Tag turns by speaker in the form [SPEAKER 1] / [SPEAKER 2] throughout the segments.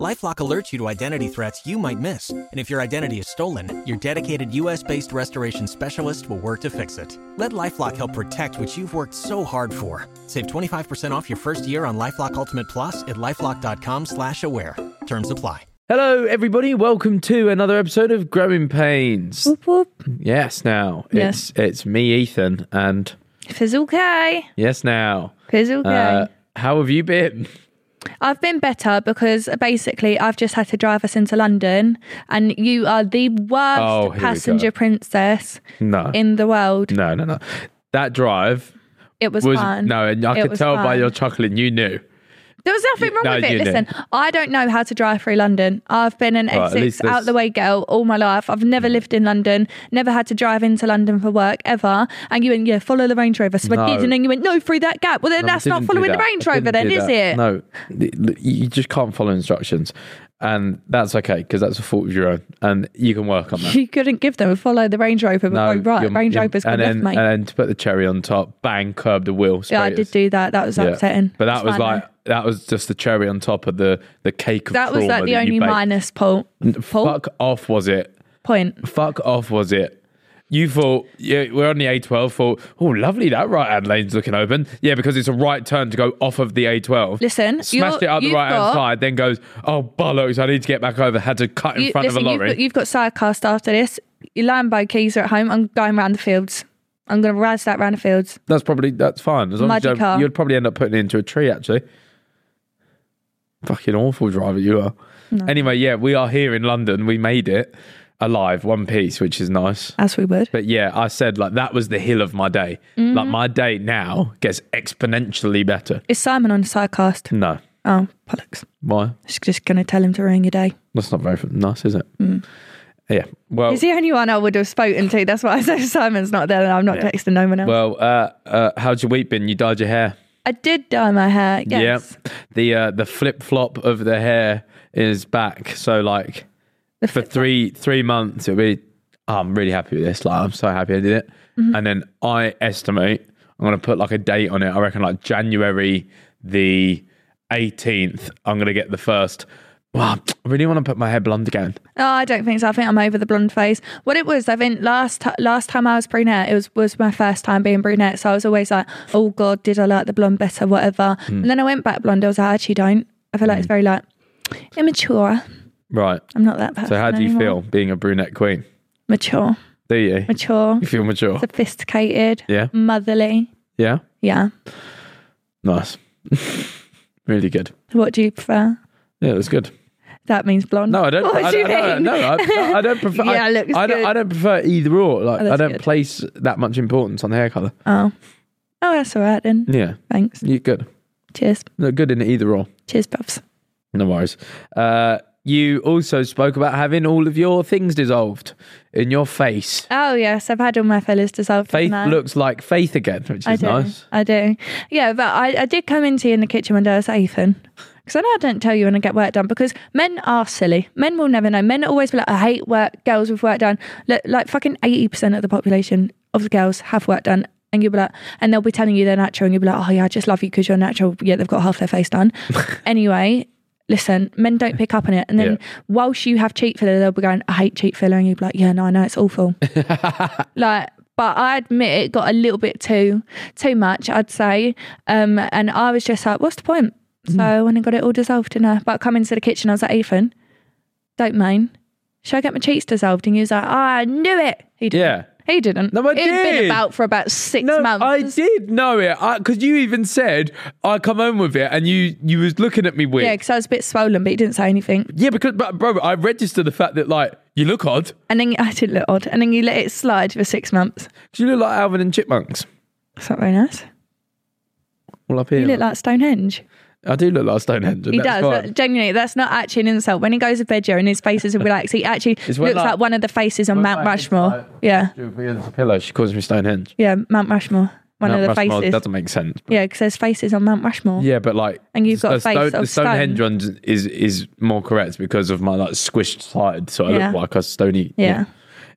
[SPEAKER 1] LifeLock alerts you to identity threats you might miss, and if your identity is stolen, your dedicated U.S.-based restoration specialist will work to fix it. Let LifeLock help protect what you've worked so hard for. Save 25% off your first year on LifeLock Ultimate Plus at lifeLock.com/slash-aware. Terms apply.
[SPEAKER 2] Hello, everybody. Welcome to another episode of Growing Pains.
[SPEAKER 3] Whoop whoop.
[SPEAKER 2] Yes, now
[SPEAKER 3] Yes.
[SPEAKER 2] it's it's me, Ethan, and
[SPEAKER 3] Fizzle K.
[SPEAKER 2] yes, now.
[SPEAKER 3] Fizzle K.
[SPEAKER 2] Uh, how have you been?
[SPEAKER 3] I've been better because basically I've just had to drive us into London and you are the worst
[SPEAKER 2] Oh, here we go.
[SPEAKER 3] passenger princess
[SPEAKER 2] No,
[SPEAKER 3] in the world.
[SPEAKER 2] no, no, no. That drive
[SPEAKER 3] It was,
[SPEAKER 2] was
[SPEAKER 3] fun.
[SPEAKER 2] no, and I
[SPEAKER 3] It
[SPEAKER 2] could
[SPEAKER 3] was
[SPEAKER 2] tell by
[SPEAKER 3] fun.
[SPEAKER 2] your chuckling, you knew.
[SPEAKER 3] There was nothing wrong
[SPEAKER 2] no,
[SPEAKER 3] with it.
[SPEAKER 2] you knew.
[SPEAKER 3] Listen, I don't know how to drive through London. I've been an
[SPEAKER 2] Right, at least there's-
[SPEAKER 3] Essex
[SPEAKER 2] Hmm.
[SPEAKER 3] out the way girl all my life. I've never lived in London, never had to drive into London for work ever. And you went, yeah, follow the Range Rover. So
[SPEAKER 2] No.
[SPEAKER 3] I did, and then you went, no, through that gap. Well, then
[SPEAKER 2] No, I
[SPEAKER 3] that's not
[SPEAKER 2] didn't do
[SPEAKER 3] following the
[SPEAKER 2] that.
[SPEAKER 3] Range
[SPEAKER 2] I
[SPEAKER 3] Rover,
[SPEAKER 2] didn't
[SPEAKER 3] then,
[SPEAKER 2] do
[SPEAKER 3] is
[SPEAKER 2] that.
[SPEAKER 3] it?
[SPEAKER 2] No, th- th- you just can't follow instructions, and that's okay because that's a fault of your own, and you can work on that.
[SPEAKER 3] You couldn't give them a follow the Range Rover, but
[SPEAKER 2] No,
[SPEAKER 3] oh, right,
[SPEAKER 2] you're-
[SPEAKER 3] Range
[SPEAKER 2] you're-
[SPEAKER 3] Rover's good
[SPEAKER 2] and then,
[SPEAKER 3] left, mate.
[SPEAKER 2] and then to put the cherry on top, bang, curb the wheel.
[SPEAKER 3] yeah, I
[SPEAKER 2] straight
[SPEAKER 3] did
[SPEAKER 2] as-
[SPEAKER 3] do that. That was
[SPEAKER 2] Yeah.
[SPEAKER 3] upsetting.
[SPEAKER 2] But that
[SPEAKER 3] It's
[SPEAKER 2] was
[SPEAKER 3] fine,
[SPEAKER 2] like
[SPEAKER 3] though.
[SPEAKER 2] that was just the cherry on top of the the cake of
[SPEAKER 3] that was
[SPEAKER 2] trauma
[SPEAKER 3] like the
[SPEAKER 2] that you
[SPEAKER 3] only
[SPEAKER 2] baked.
[SPEAKER 3] minus po- po-
[SPEAKER 2] Fuck off, was it?
[SPEAKER 3] point.
[SPEAKER 2] Fuck off, was it? You thought yeah, we're on the A12. Thought, oh, lovely that right hand lane's looking open. Yeah, because it's a right turn to go off of the A12.
[SPEAKER 3] Listen,
[SPEAKER 2] smashed
[SPEAKER 3] you're-
[SPEAKER 2] it out the
[SPEAKER 3] you've
[SPEAKER 2] right hand
[SPEAKER 3] got-
[SPEAKER 2] side, then goes, oh bollocks, I need to get back over. Had to cut in
[SPEAKER 3] You-
[SPEAKER 2] front
[SPEAKER 3] listen,
[SPEAKER 2] of a
[SPEAKER 3] You've
[SPEAKER 2] lorry.
[SPEAKER 3] got, you've got sidecast after this. Your Lambo keys are at home. I'm going round the fields. I'm going to razz that round the fields.
[SPEAKER 2] that's probably that's fine. As long as
[SPEAKER 3] Muddy
[SPEAKER 2] you don't-
[SPEAKER 3] car.
[SPEAKER 2] you'd probably end up putting it into a tree actually. Fucking awful driver you are. Anyway, yeah, we are here in London. We made it alive, one piece, which is nice.
[SPEAKER 3] As we would.
[SPEAKER 2] But yeah, I said like that was the hill of my day.
[SPEAKER 3] Mm-hmm.
[SPEAKER 2] Like my day now gets exponentially better.
[SPEAKER 3] Is Simon on the sidecast?
[SPEAKER 2] No.
[SPEAKER 3] Oh, bollocks.
[SPEAKER 2] Why?
[SPEAKER 3] It's just going to tell him to ruin your day.
[SPEAKER 2] That's not very nice, is it?
[SPEAKER 3] Mm.
[SPEAKER 2] Yeah. Well,
[SPEAKER 3] He's the only one I would have spoken to. That's why I say Simon's not there and I'm not texting no one else.
[SPEAKER 2] well, uh, uh, how'd your week been? You dyed your hair.
[SPEAKER 3] I did dye my hair. Yes.
[SPEAKER 2] Yep. The uh, the flip flop of the hair is back. So like for three three months, it'll be. "Oh, I'm really happy with this. Like I'm so happy I did it. And then I estimate I'm gonna put like a date on it. I reckon like January the 18th. I'm gonna get the first. Wow, I really want to put my hair blonde again.
[SPEAKER 3] Oh, I don't think so. I think I'm over the blonde phase. What it was, I think last t- last time I was brunette, it was was my first time being brunette. So I was always like, oh god, did I like the blonde better? Whatever.
[SPEAKER 2] Hmm.
[SPEAKER 3] And then I went back blonde. I was like, I actually don't. I feel like it's very like immature.
[SPEAKER 2] Right.
[SPEAKER 3] I'm not that.
[SPEAKER 2] So how
[SPEAKER 3] person
[SPEAKER 2] do you feel
[SPEAKER 3] anymore.
[SPEAKER 2] being a brunette queen?
[SPEAKER 3] Mature,
[SPEAKER 2] Do you?
[SPEAKER 3] mature,
[SPEAKER 2] You feel mature?
[SPEAKER 3] sophisticated,
[SPEAKER 2] Yeah.
[SPEAKER 3] motherly.
[SPEAKER 2] Yeah.
[SPEAKER 3] Yeah.
[SPEAKER 2] Nice. really good.
[SPEAKER 3] What do you prefer?
[SPEAKER 2] Yeah, that's good.
[SPEAKER 3] That means blonde.
[SPEAKER 2] No, I don't.
[SPEAKER 3] What
[SPEAKER 2] I,
[SPEAKER 3] do you
[SPEAKER 2] I,
[SPEAKER 3] mean?
[SPEAKER 2] No, no, I, I don't prefer.
[SPEAKER 3] Yeah,
[SPEAKER 2] I,
[SPEAKER 3] looks
[SPEAKER 2] I don't.
[SPEAKER 3] good.
[SPEAKER 2] I don't prefer either or. Like,
[SPEAKER 3] Oh,
[SPEAKER 2] I
[SPEAKER 3] that's
[SPEAKER 2] don't
[SPEAKER 3] good.
[SPEAKER 2] place that much importance on the hair color.
[SPEAKER 3] Oh. Oh, that's all right then.
[SPEAKER 2] Yeah,
[SPEAKER 3] Thanks.
[SPEAKER 2] you're good.
[SPEAKER 3] Cheers.
[SPEAKER 2] Look good in either or.
[SPEAKER 3] Cheers, puffs.
[SPEAKER 2] No worries. Uh, you also spoke about having all of your things dissolved in your face.
[SPEAKER 3] Oh yes, I've had all my fellas dissolved.
[SPEAKER 2] Faith
[SPEAKER 3] haven't I?
[SPEAKER 2] looks like faith again, which
[SPEAKER 3] I
[SPEAKER 2] is
[SPEAKER 3] do.
[SPEAKER 2] nice.
[SPEAKER 3] I do. Yeah, but I, I did come into you in the kitchen one day. I was like, Ethan, because I know I don't tell you when I get work done because men are silly. Men will never know. Men always be like, I hate work, girls with work done. Look, like fucking 80% of the population of the girls have work done. And you'll be like, and they'll be telling you they're natural, and you'll be like, oh yeah, I just love you because you're natural. Yeah, they've got half their face done. anyway, listen, men don't pick up on it. And then
[SPEAKER 2] Yeah.
[SPEAKER 3] whilst you have cheek filler, they'll be going, I hate cheek filler. And you'll be like, yeah, no, I know, it's awful. like but I admit it got a little bit too too much, I'd say. Um and I was just like, what's the point?
[SPEAKER 2] Mm.
[SPEAKER 3] So I went and got it all dissolved in her. But I come into the kitchen, I was like, Ethan, don't mind. Should I get my cheeks dissolved? And he was like, "Ah, I knew it. He did.
[SPEAKER 2] Yeah.
[SPEAKER 3] He didn't.
[SPEAKER 2] No, I
[SPEAKER 3] It'd
[SPEAKER 2] did.
[SPEAKER 3] been about for about six
[SPEAKER 2] No,
[SPEAKER 3] months.
[SPEAKER 2] I did know it because you even said I come home with it, and you you was looking at me weird.
[SPEAKER 3] yeah, because I was a bit swollen, but he didn't say anything.
[SPEAKER 2] yeah because but bro, I registered the fact that like you look odd.
[SPEAKER 3] And then I did look odd. And then you let it slide for six months.
[SPEAKER 2] Do you look like Alvin and Chipmunks?
[SPEAKER 3] It's not very nice.
[SPEAKER 2] All up here.
[SPEAKER 3] You look like Stonehenge.
[SPEAKER 2] I do look like Stonehenge. and
[SPEAKER 3] He
[SPEAKER 2] that's
[SPEAKER 3] does.
[SPEAKER 2] fine.
[SPEAKER 3] That- genuinely, that's not actually an insult. When he goes to bed, Joe, and his face is relaxed, he actually looks
[SPEAKER 2] when,
[SPEAKER 3] like,
[SPEAKER 2] like-
[SPEAKER 3] one of the faces on
[SPEAKER 2] when,
[SPEAKER 3] Mount
[SPEAKER 2] like, it's
[SPEAKER 3] Rushmore.
[SPEAKER 2] like-
[SPEAKER 3] yeah.
[SPEAKER 2] She was being the pillow. She calls me Stonehenge.
[SPEAKER 3] Yeah, Mount Rushmore. one of
[SPEAKER 2] Mount
[SPEAKER 3] the
[SPEAKER 2] Rushmore
[SPEAKER 3] faces.
[SPEAKER 2] doesn't make sense.
[SPEAKER 3] Yeah, because there's faces on Mount Rushmore.
[SPEAKER 2] Yeah, but like,
[SPEAKER 3] And you've got
[SPEAKER 2] the
[SPEAKER 3] a face
[SPEAKER 2] stone,
[SPEAKER 3] of
[SPEAKER 2] the Stonehenge
[SPEAKER 3] stone.
[SPEAKER 2] one is is more correct because of my like squished side, so I
[SPEAKER 3] Yeah.
[SPEAKER 2] look like a stony.
[SPEAKER 3] Yeah.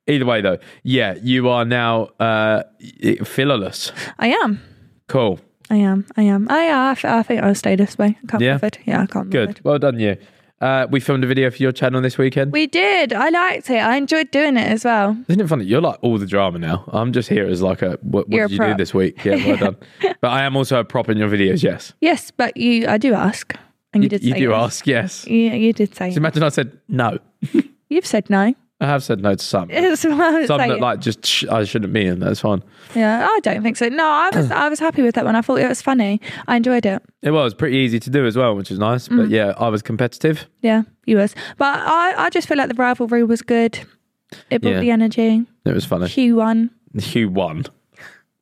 [SPEAKER 2] Either way, though, yeah, you are now uh y- fillowless.
[SPEAKER 3] I am.
[SPEAKER 2] Cool.
[SPEAKER 3] I am. I am. I, I, f- I think I'll stay this way. I can't be
[SPEAKER 2] Yeah.
[SPEAKER 3] bothered. Yeah, I can't be
[SPEAKER 2] Good.
[SPEAKER 3] bothered.
[SPEAKER 2] Well done, you. Uh, we filmed a video for your channel this weekend.
[SPEAKER 3] We did. I liked it. I enjoyed doing it as well.
[SPEAKER 2] Isn't it funny? You're like all the drama now. I'm just here as like a what, what
[SPEAKER 3] You're a
[SPEAKER 2] did you do
[SPEAKER 3] prop.
[SPEAKER 2] this week? Yeah, well done. But I am also a prop in your videos. Yes,
[SPEAKER 3] Yes, but you, I do ask, and you, did.
[SPEAKER 2] you
[SPEAKER 3] say
[SPEAKER 2] do
[SPEAKER 3] yes.
[SPEAKER 2] ask. Yes.
[SPEAKER 3] Yeah, you did say.
[SPEAKER 2] Just imagine I said no.
[SPEAKER 3] You've said no.
[SPEAKER 2] I have said no to some.
[SPEAKER 3] It's what I was
[SPEAKER 2] Some that
[SPEAKER 3] saying.
[SPEAKER 2] like just sh- I shouldn't be in. That's fine.
[SPEAKER 3] yeah, I don't think so. No, I was, I was happy with that one. I thought it was funny. I enjoyed it.
[SPEAKER 2] It was pretty easy to do as well, which is nice.
[SPEAKER 3] Mm.
[SPEAKER 2] But yeah, I was competitive.
[SPEAKER 3] Yeah, you was. But I, I just feel like the rivalry was good. It brought
[SPEAKER 2] Yeah.
[SPEAKER 3] the energy.
[SPEAKER 2] It was funny.
[SPEAKER 3] Q one.
[SPEAKER 2] Hugh won.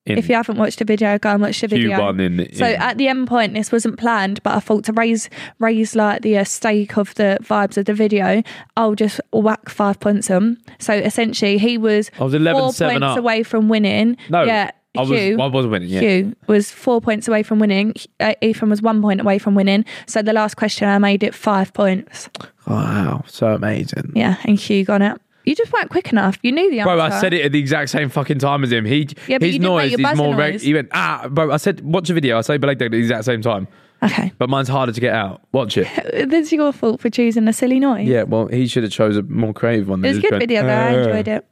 [SPEAKER 2] In,
[SPEAKER 3] If you haven't watched the video, go and watch the
[SPEAKER 2] Hugh
[SPEAKER 3] video.
[SPEAKER 2] won in. in
[SPEAKER 3] So uh, at the end point, this wasn't planned, but I thought to raise raise like the uh, stake of the vibes of the video, I'll just whack five points on. So essentially, he was,
[SPEAKER 2] I was
[SPEAKER 3] four
[SPEAKER 2] 11-7
[SPEAKER 3] points
[SPEAKER 2] up.
[SPEAKER 3] away from winning.
[SPEAKER 2] no,
[SPEAKER 3] yeah,
[SPEAKER 2] I was.
[SPEAKER 3] Hugh.
[SPEAKER 2] I was winning. Yeah.
[SPEAKER 3] Hugh was four points away from winning. Uh, Ethan was one point away from winning. So the last question, I made it five points.
[SPEAKER 2] Wow, so amazing.
[SPEAKER 3] Yeah, and Hugh got it. You just weren't quick enough. You knew the answer.
[SPEAKER 2] Bro, I said it at the exact same fucking time as him. He,
[SPEAKER 3] Yeah, but
[SPEAKER 2] his
[SPEAKER 3] you didn't make
[SPEAKER 2] noise
[SPEAKER 3] your
[SPEAKER 2] is
[SPEAKER 3] buzzer
[SPEAKER 2] more. reg-
[SPEAKER 3] noise.
[SPEAKER 2] he went ah, bro. I said watch a video. I say beleg at the exact same time,
[SPEAKER 3] Okay,
[SPEAKER 2] but mine's harder to get out. Watch it.
[SPEAKER 3] this is your fault for choosing a silly noise.
[SPEAKER 2] yeah, well, he should have chose a more creative one.
[SPEAKER 3] it was a good video though. I enjoyed it.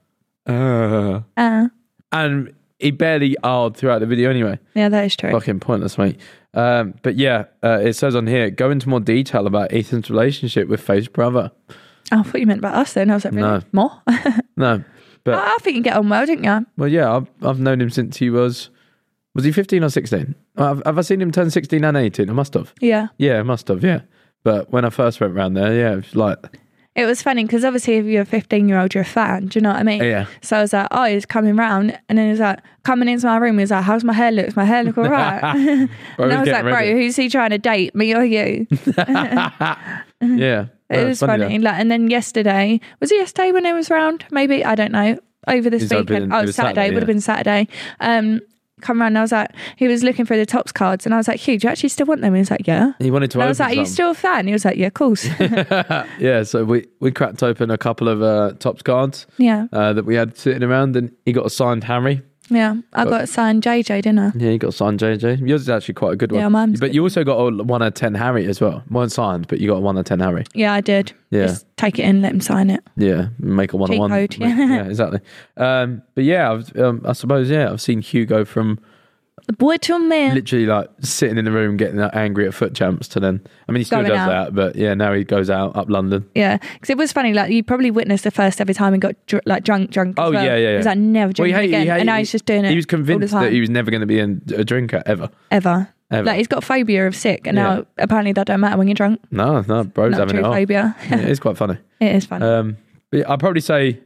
[SPEAKER 2] Uh,
[SPEAKER 3] Uh,
[SPEAKER 2] and he barely ard throughout the video anyway.
[SPEAKER 3] yeah, that is true.
[SPEAKER 2] Fucking pointless, mate. Um, but yeah, uh, it says on here, go into more detail about Ethan's relationship with Faith's brother.
[SPEAKER 3] Oh, I thought you meant about us then. I was like, really?
[SPEAKER 2] No.
[SPEAKER 3] More? I
[SPEAKER 2] No, but
[SPEAKER 3] I think you get on well, didn't you?
[SPEAKER 2] well, yeah, I've, I've known him since he was was he fifteen or sixteen? Have, have I seen him turn sixteen and eighteen? I must have.
[SPEAKER 3] Yeah.
[SPEAKER 2] Yeah, I must have. Yeah, but when I first went round there, yeah, it was like
[SPEAKER 3] It was funny because obviously, if you're a 15 year old, you're a fan. Do you know what I mean?
[SPEAKER 2] Yeah.
[SPEAKER 3] So I was like, oh, he's coming round. And then he was like, coming into my room. He was like, how's my hair look? Does my hair look all right? and
[SPEAKER 2] Bro, we're
[SPEAKER 3] I was like,
[SPEAKER 2] getting
[SPEAKER 3] bro,
[SPEAKER 2] ready.
[SPEAKER 3] who's he trying to date? Me or you?
[SPEAKER 2] yeah,
[SPEAKER 3] It was funny.
[SPEAKER 2] though.
[SPEAKER 3] Like, and then yesterday, was it yesterday when it was round? Maybe I don't know. Over this
[SPEAKER 2] It's like been-
[SPEAKER 3] weekend,
[SPEAKER 2] it
[SPEAKER 3] oh,
[SPEAKER 2] was
[SPEAKER 3] Saturday,
[SPEAKER 2] Saturday,
[SPEAKER 3] would have
[SPEAKER 2] yeah.
[SPEAKER 3] been Saturday. Um, come round. I was like, he was looking through the tops cards, and I was like, Hugh, do you actually still want them? He was like, yeah.
[SPEAKER 2] He wanted to
[SPEAKER 3] And I
[SPEAKER 2] open
[SPEAKER 3] was like, are you
[SPEAKER 2] some.
[SPEAKER 3] still a fan? He was like, yeah, of course.
[SPEAKER 2] yeah, so we we cracked open a couple of uh, tops cards
[SPEAKER 3] yeah,
[SPEAKER 2] uh, that we had sitting around, and he got a signed Harry.
[SPEAKER 3] yeah. I got signed JJ, didn't I?
[SPEAKER 2] Yeah, you got signed JJ. Yours is actually quite a good one.
[SPEAKER 3] Yeah, mine's
[SPEAKER 2] But
[SPEAKER 3] good.
[SPEAKER 2] you also got a one out of ten Harry as well. Mine signed, but you got a one out of ten Harry.
[SPEAKER 3] Yeah, I did.
[SPEAKER 2] Yeah.
[SPEAKER 3] Just take it in, let him sign it.
[SPEAKER 2] Yeah, make a one on one.
[SPEAKER 3] Cheat code, yeah.
[SPEAKER 2] yeah, exactly. Um, but yeah, I've, um, I suppose yeah, I've seen Hugo from
[SPEAKER 3] The boy to a man.
[SPEAKER 2] literally like sitting in the room getting that angry at foot champs to then. I mean, he still
[SPEAKER 3] Going
[SPEAKER 2] does
[SPEAKER 3] out.
[SPEAKER 2] that, but yeah, now he goes out up London.
[SPEAKER 3] Yeah, because it was funny. Like you probably witnessed the first every time he got dr- like drunk, drunk. as
[SPEAKER 2] Oh
[SPEAKER 3] well.
[SPEAKER 2] yeah, yeah, yeah.
[SPEAKER 3] He was like never
[SPEAKER 2] Well, he
[SPEAKER 3] drinking
[SPEAKER 2] hate- he
[SPEAKER 3] again,
[SPEAKER 2] hate-
[SPEAKER 3] and now he's just doing it.
[SPEAKER 2] He was convinced
[SPEAKER 3] all the
[SPEAKER 2] that
[SPEAKER 3] time.
[SPEAKER 2] he was never going to be in, a drinker ever.
[SPEAKER 3] ever.
[SPEAKER 2] Ever.
[SPEAKER 3] Like he's got phobia of sick, and now apparently that don't matter when you're drunk.
[SPEAKER 2] No, no, bro's
[SPEAKER 3] Not
[SPEAKER 2] having
[SPEAKER 3] true
[SPEAKER 2] it off.
[SPEAKER 3] phobia.
[SPEAKER 2] Yeah, it is quite funny.
[SPEAKER 3] it is funny.
[SPEAKER 2] Um, but yeah, I'd probably say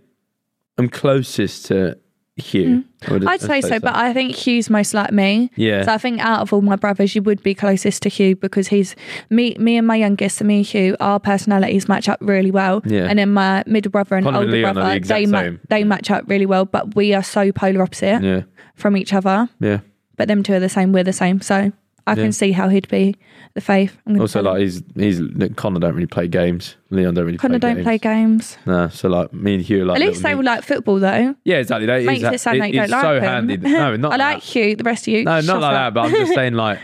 [SPEAKER 2] I'm closest to Hugh. I would-
[SPEAKER 3] Mm. I'd say so, but I think Hugh's most like me.
[SPEAKER 2] Yeah.
[SPEAKER 3] So I think out of all my brothers, you would be closest to Hugh because he's me. Me and my youngest, me and Hugh, our personalities match up really well.
[SPEAKER 2] Yeah.
[SPEAKER 3] And then my middle brother and
[SPEAKER 2] Connor and
[SPEAKER 3] older
[SPEAKER 2] Leon are the
[SPEAKER 3] brother,
[SPEAKER 2] exact
[SPEAKER 3] they ma-
[SPEAKER 2] same.
[SPEAKER 3] they match up really well, but we are so polar opposite
[SPEAKER 2] yeah,
[SPEAKER 3] from each other.
[SPEAKER 2] yeah.
[SPEAKER 3] But them two are the same. We're the same. So I
[SPEAKER 2] Yeah.
[SPEAKER 3] can see how he'd be the faith. I'm gonna
[SPEAKER 2] Also,
[SPEAKER 3] tell him.
[SPEAKER 2] like he's he's Connor don't really play games. Leon don't really
[SPEAKER 3] Connor
[SPEAKER 2] play
[SPEAKER 3] don't
[SPEAKER 2] games.
[SPEAKER 3] play games.
[SPEAKER 2] No, so like me and Hugh are like
[SPEAKER 3] At least
[SPEAKER 2] little
[SPEAKER 3] they
[SPEAKER 2] neg-
[SPEAKER 3] will like football though.
[SPEAKER 2] Yeah, exactly. That is
[SPEAKER 3] Makes
[SPEAKER 2] ha-
[SPEAKER 3] it sound like you
[SPEAKER 2] it's
[SPEAKER 3] don't
[SPEAKER 2] so
[SPEAKER 3] like him.
[SPEAKER 2] handy. No, not
[SPEAKER 3] I like
[SPEAKER 2] that.
[SPEAKER 3] Hugh. The rest of you,
[SPEAKER 2] No, not
[SPEAKER 3] shut
[SPEAKER 2] like that.
[SPEAKER 3] up.
[SPEAKER 2] But I'm just saying, like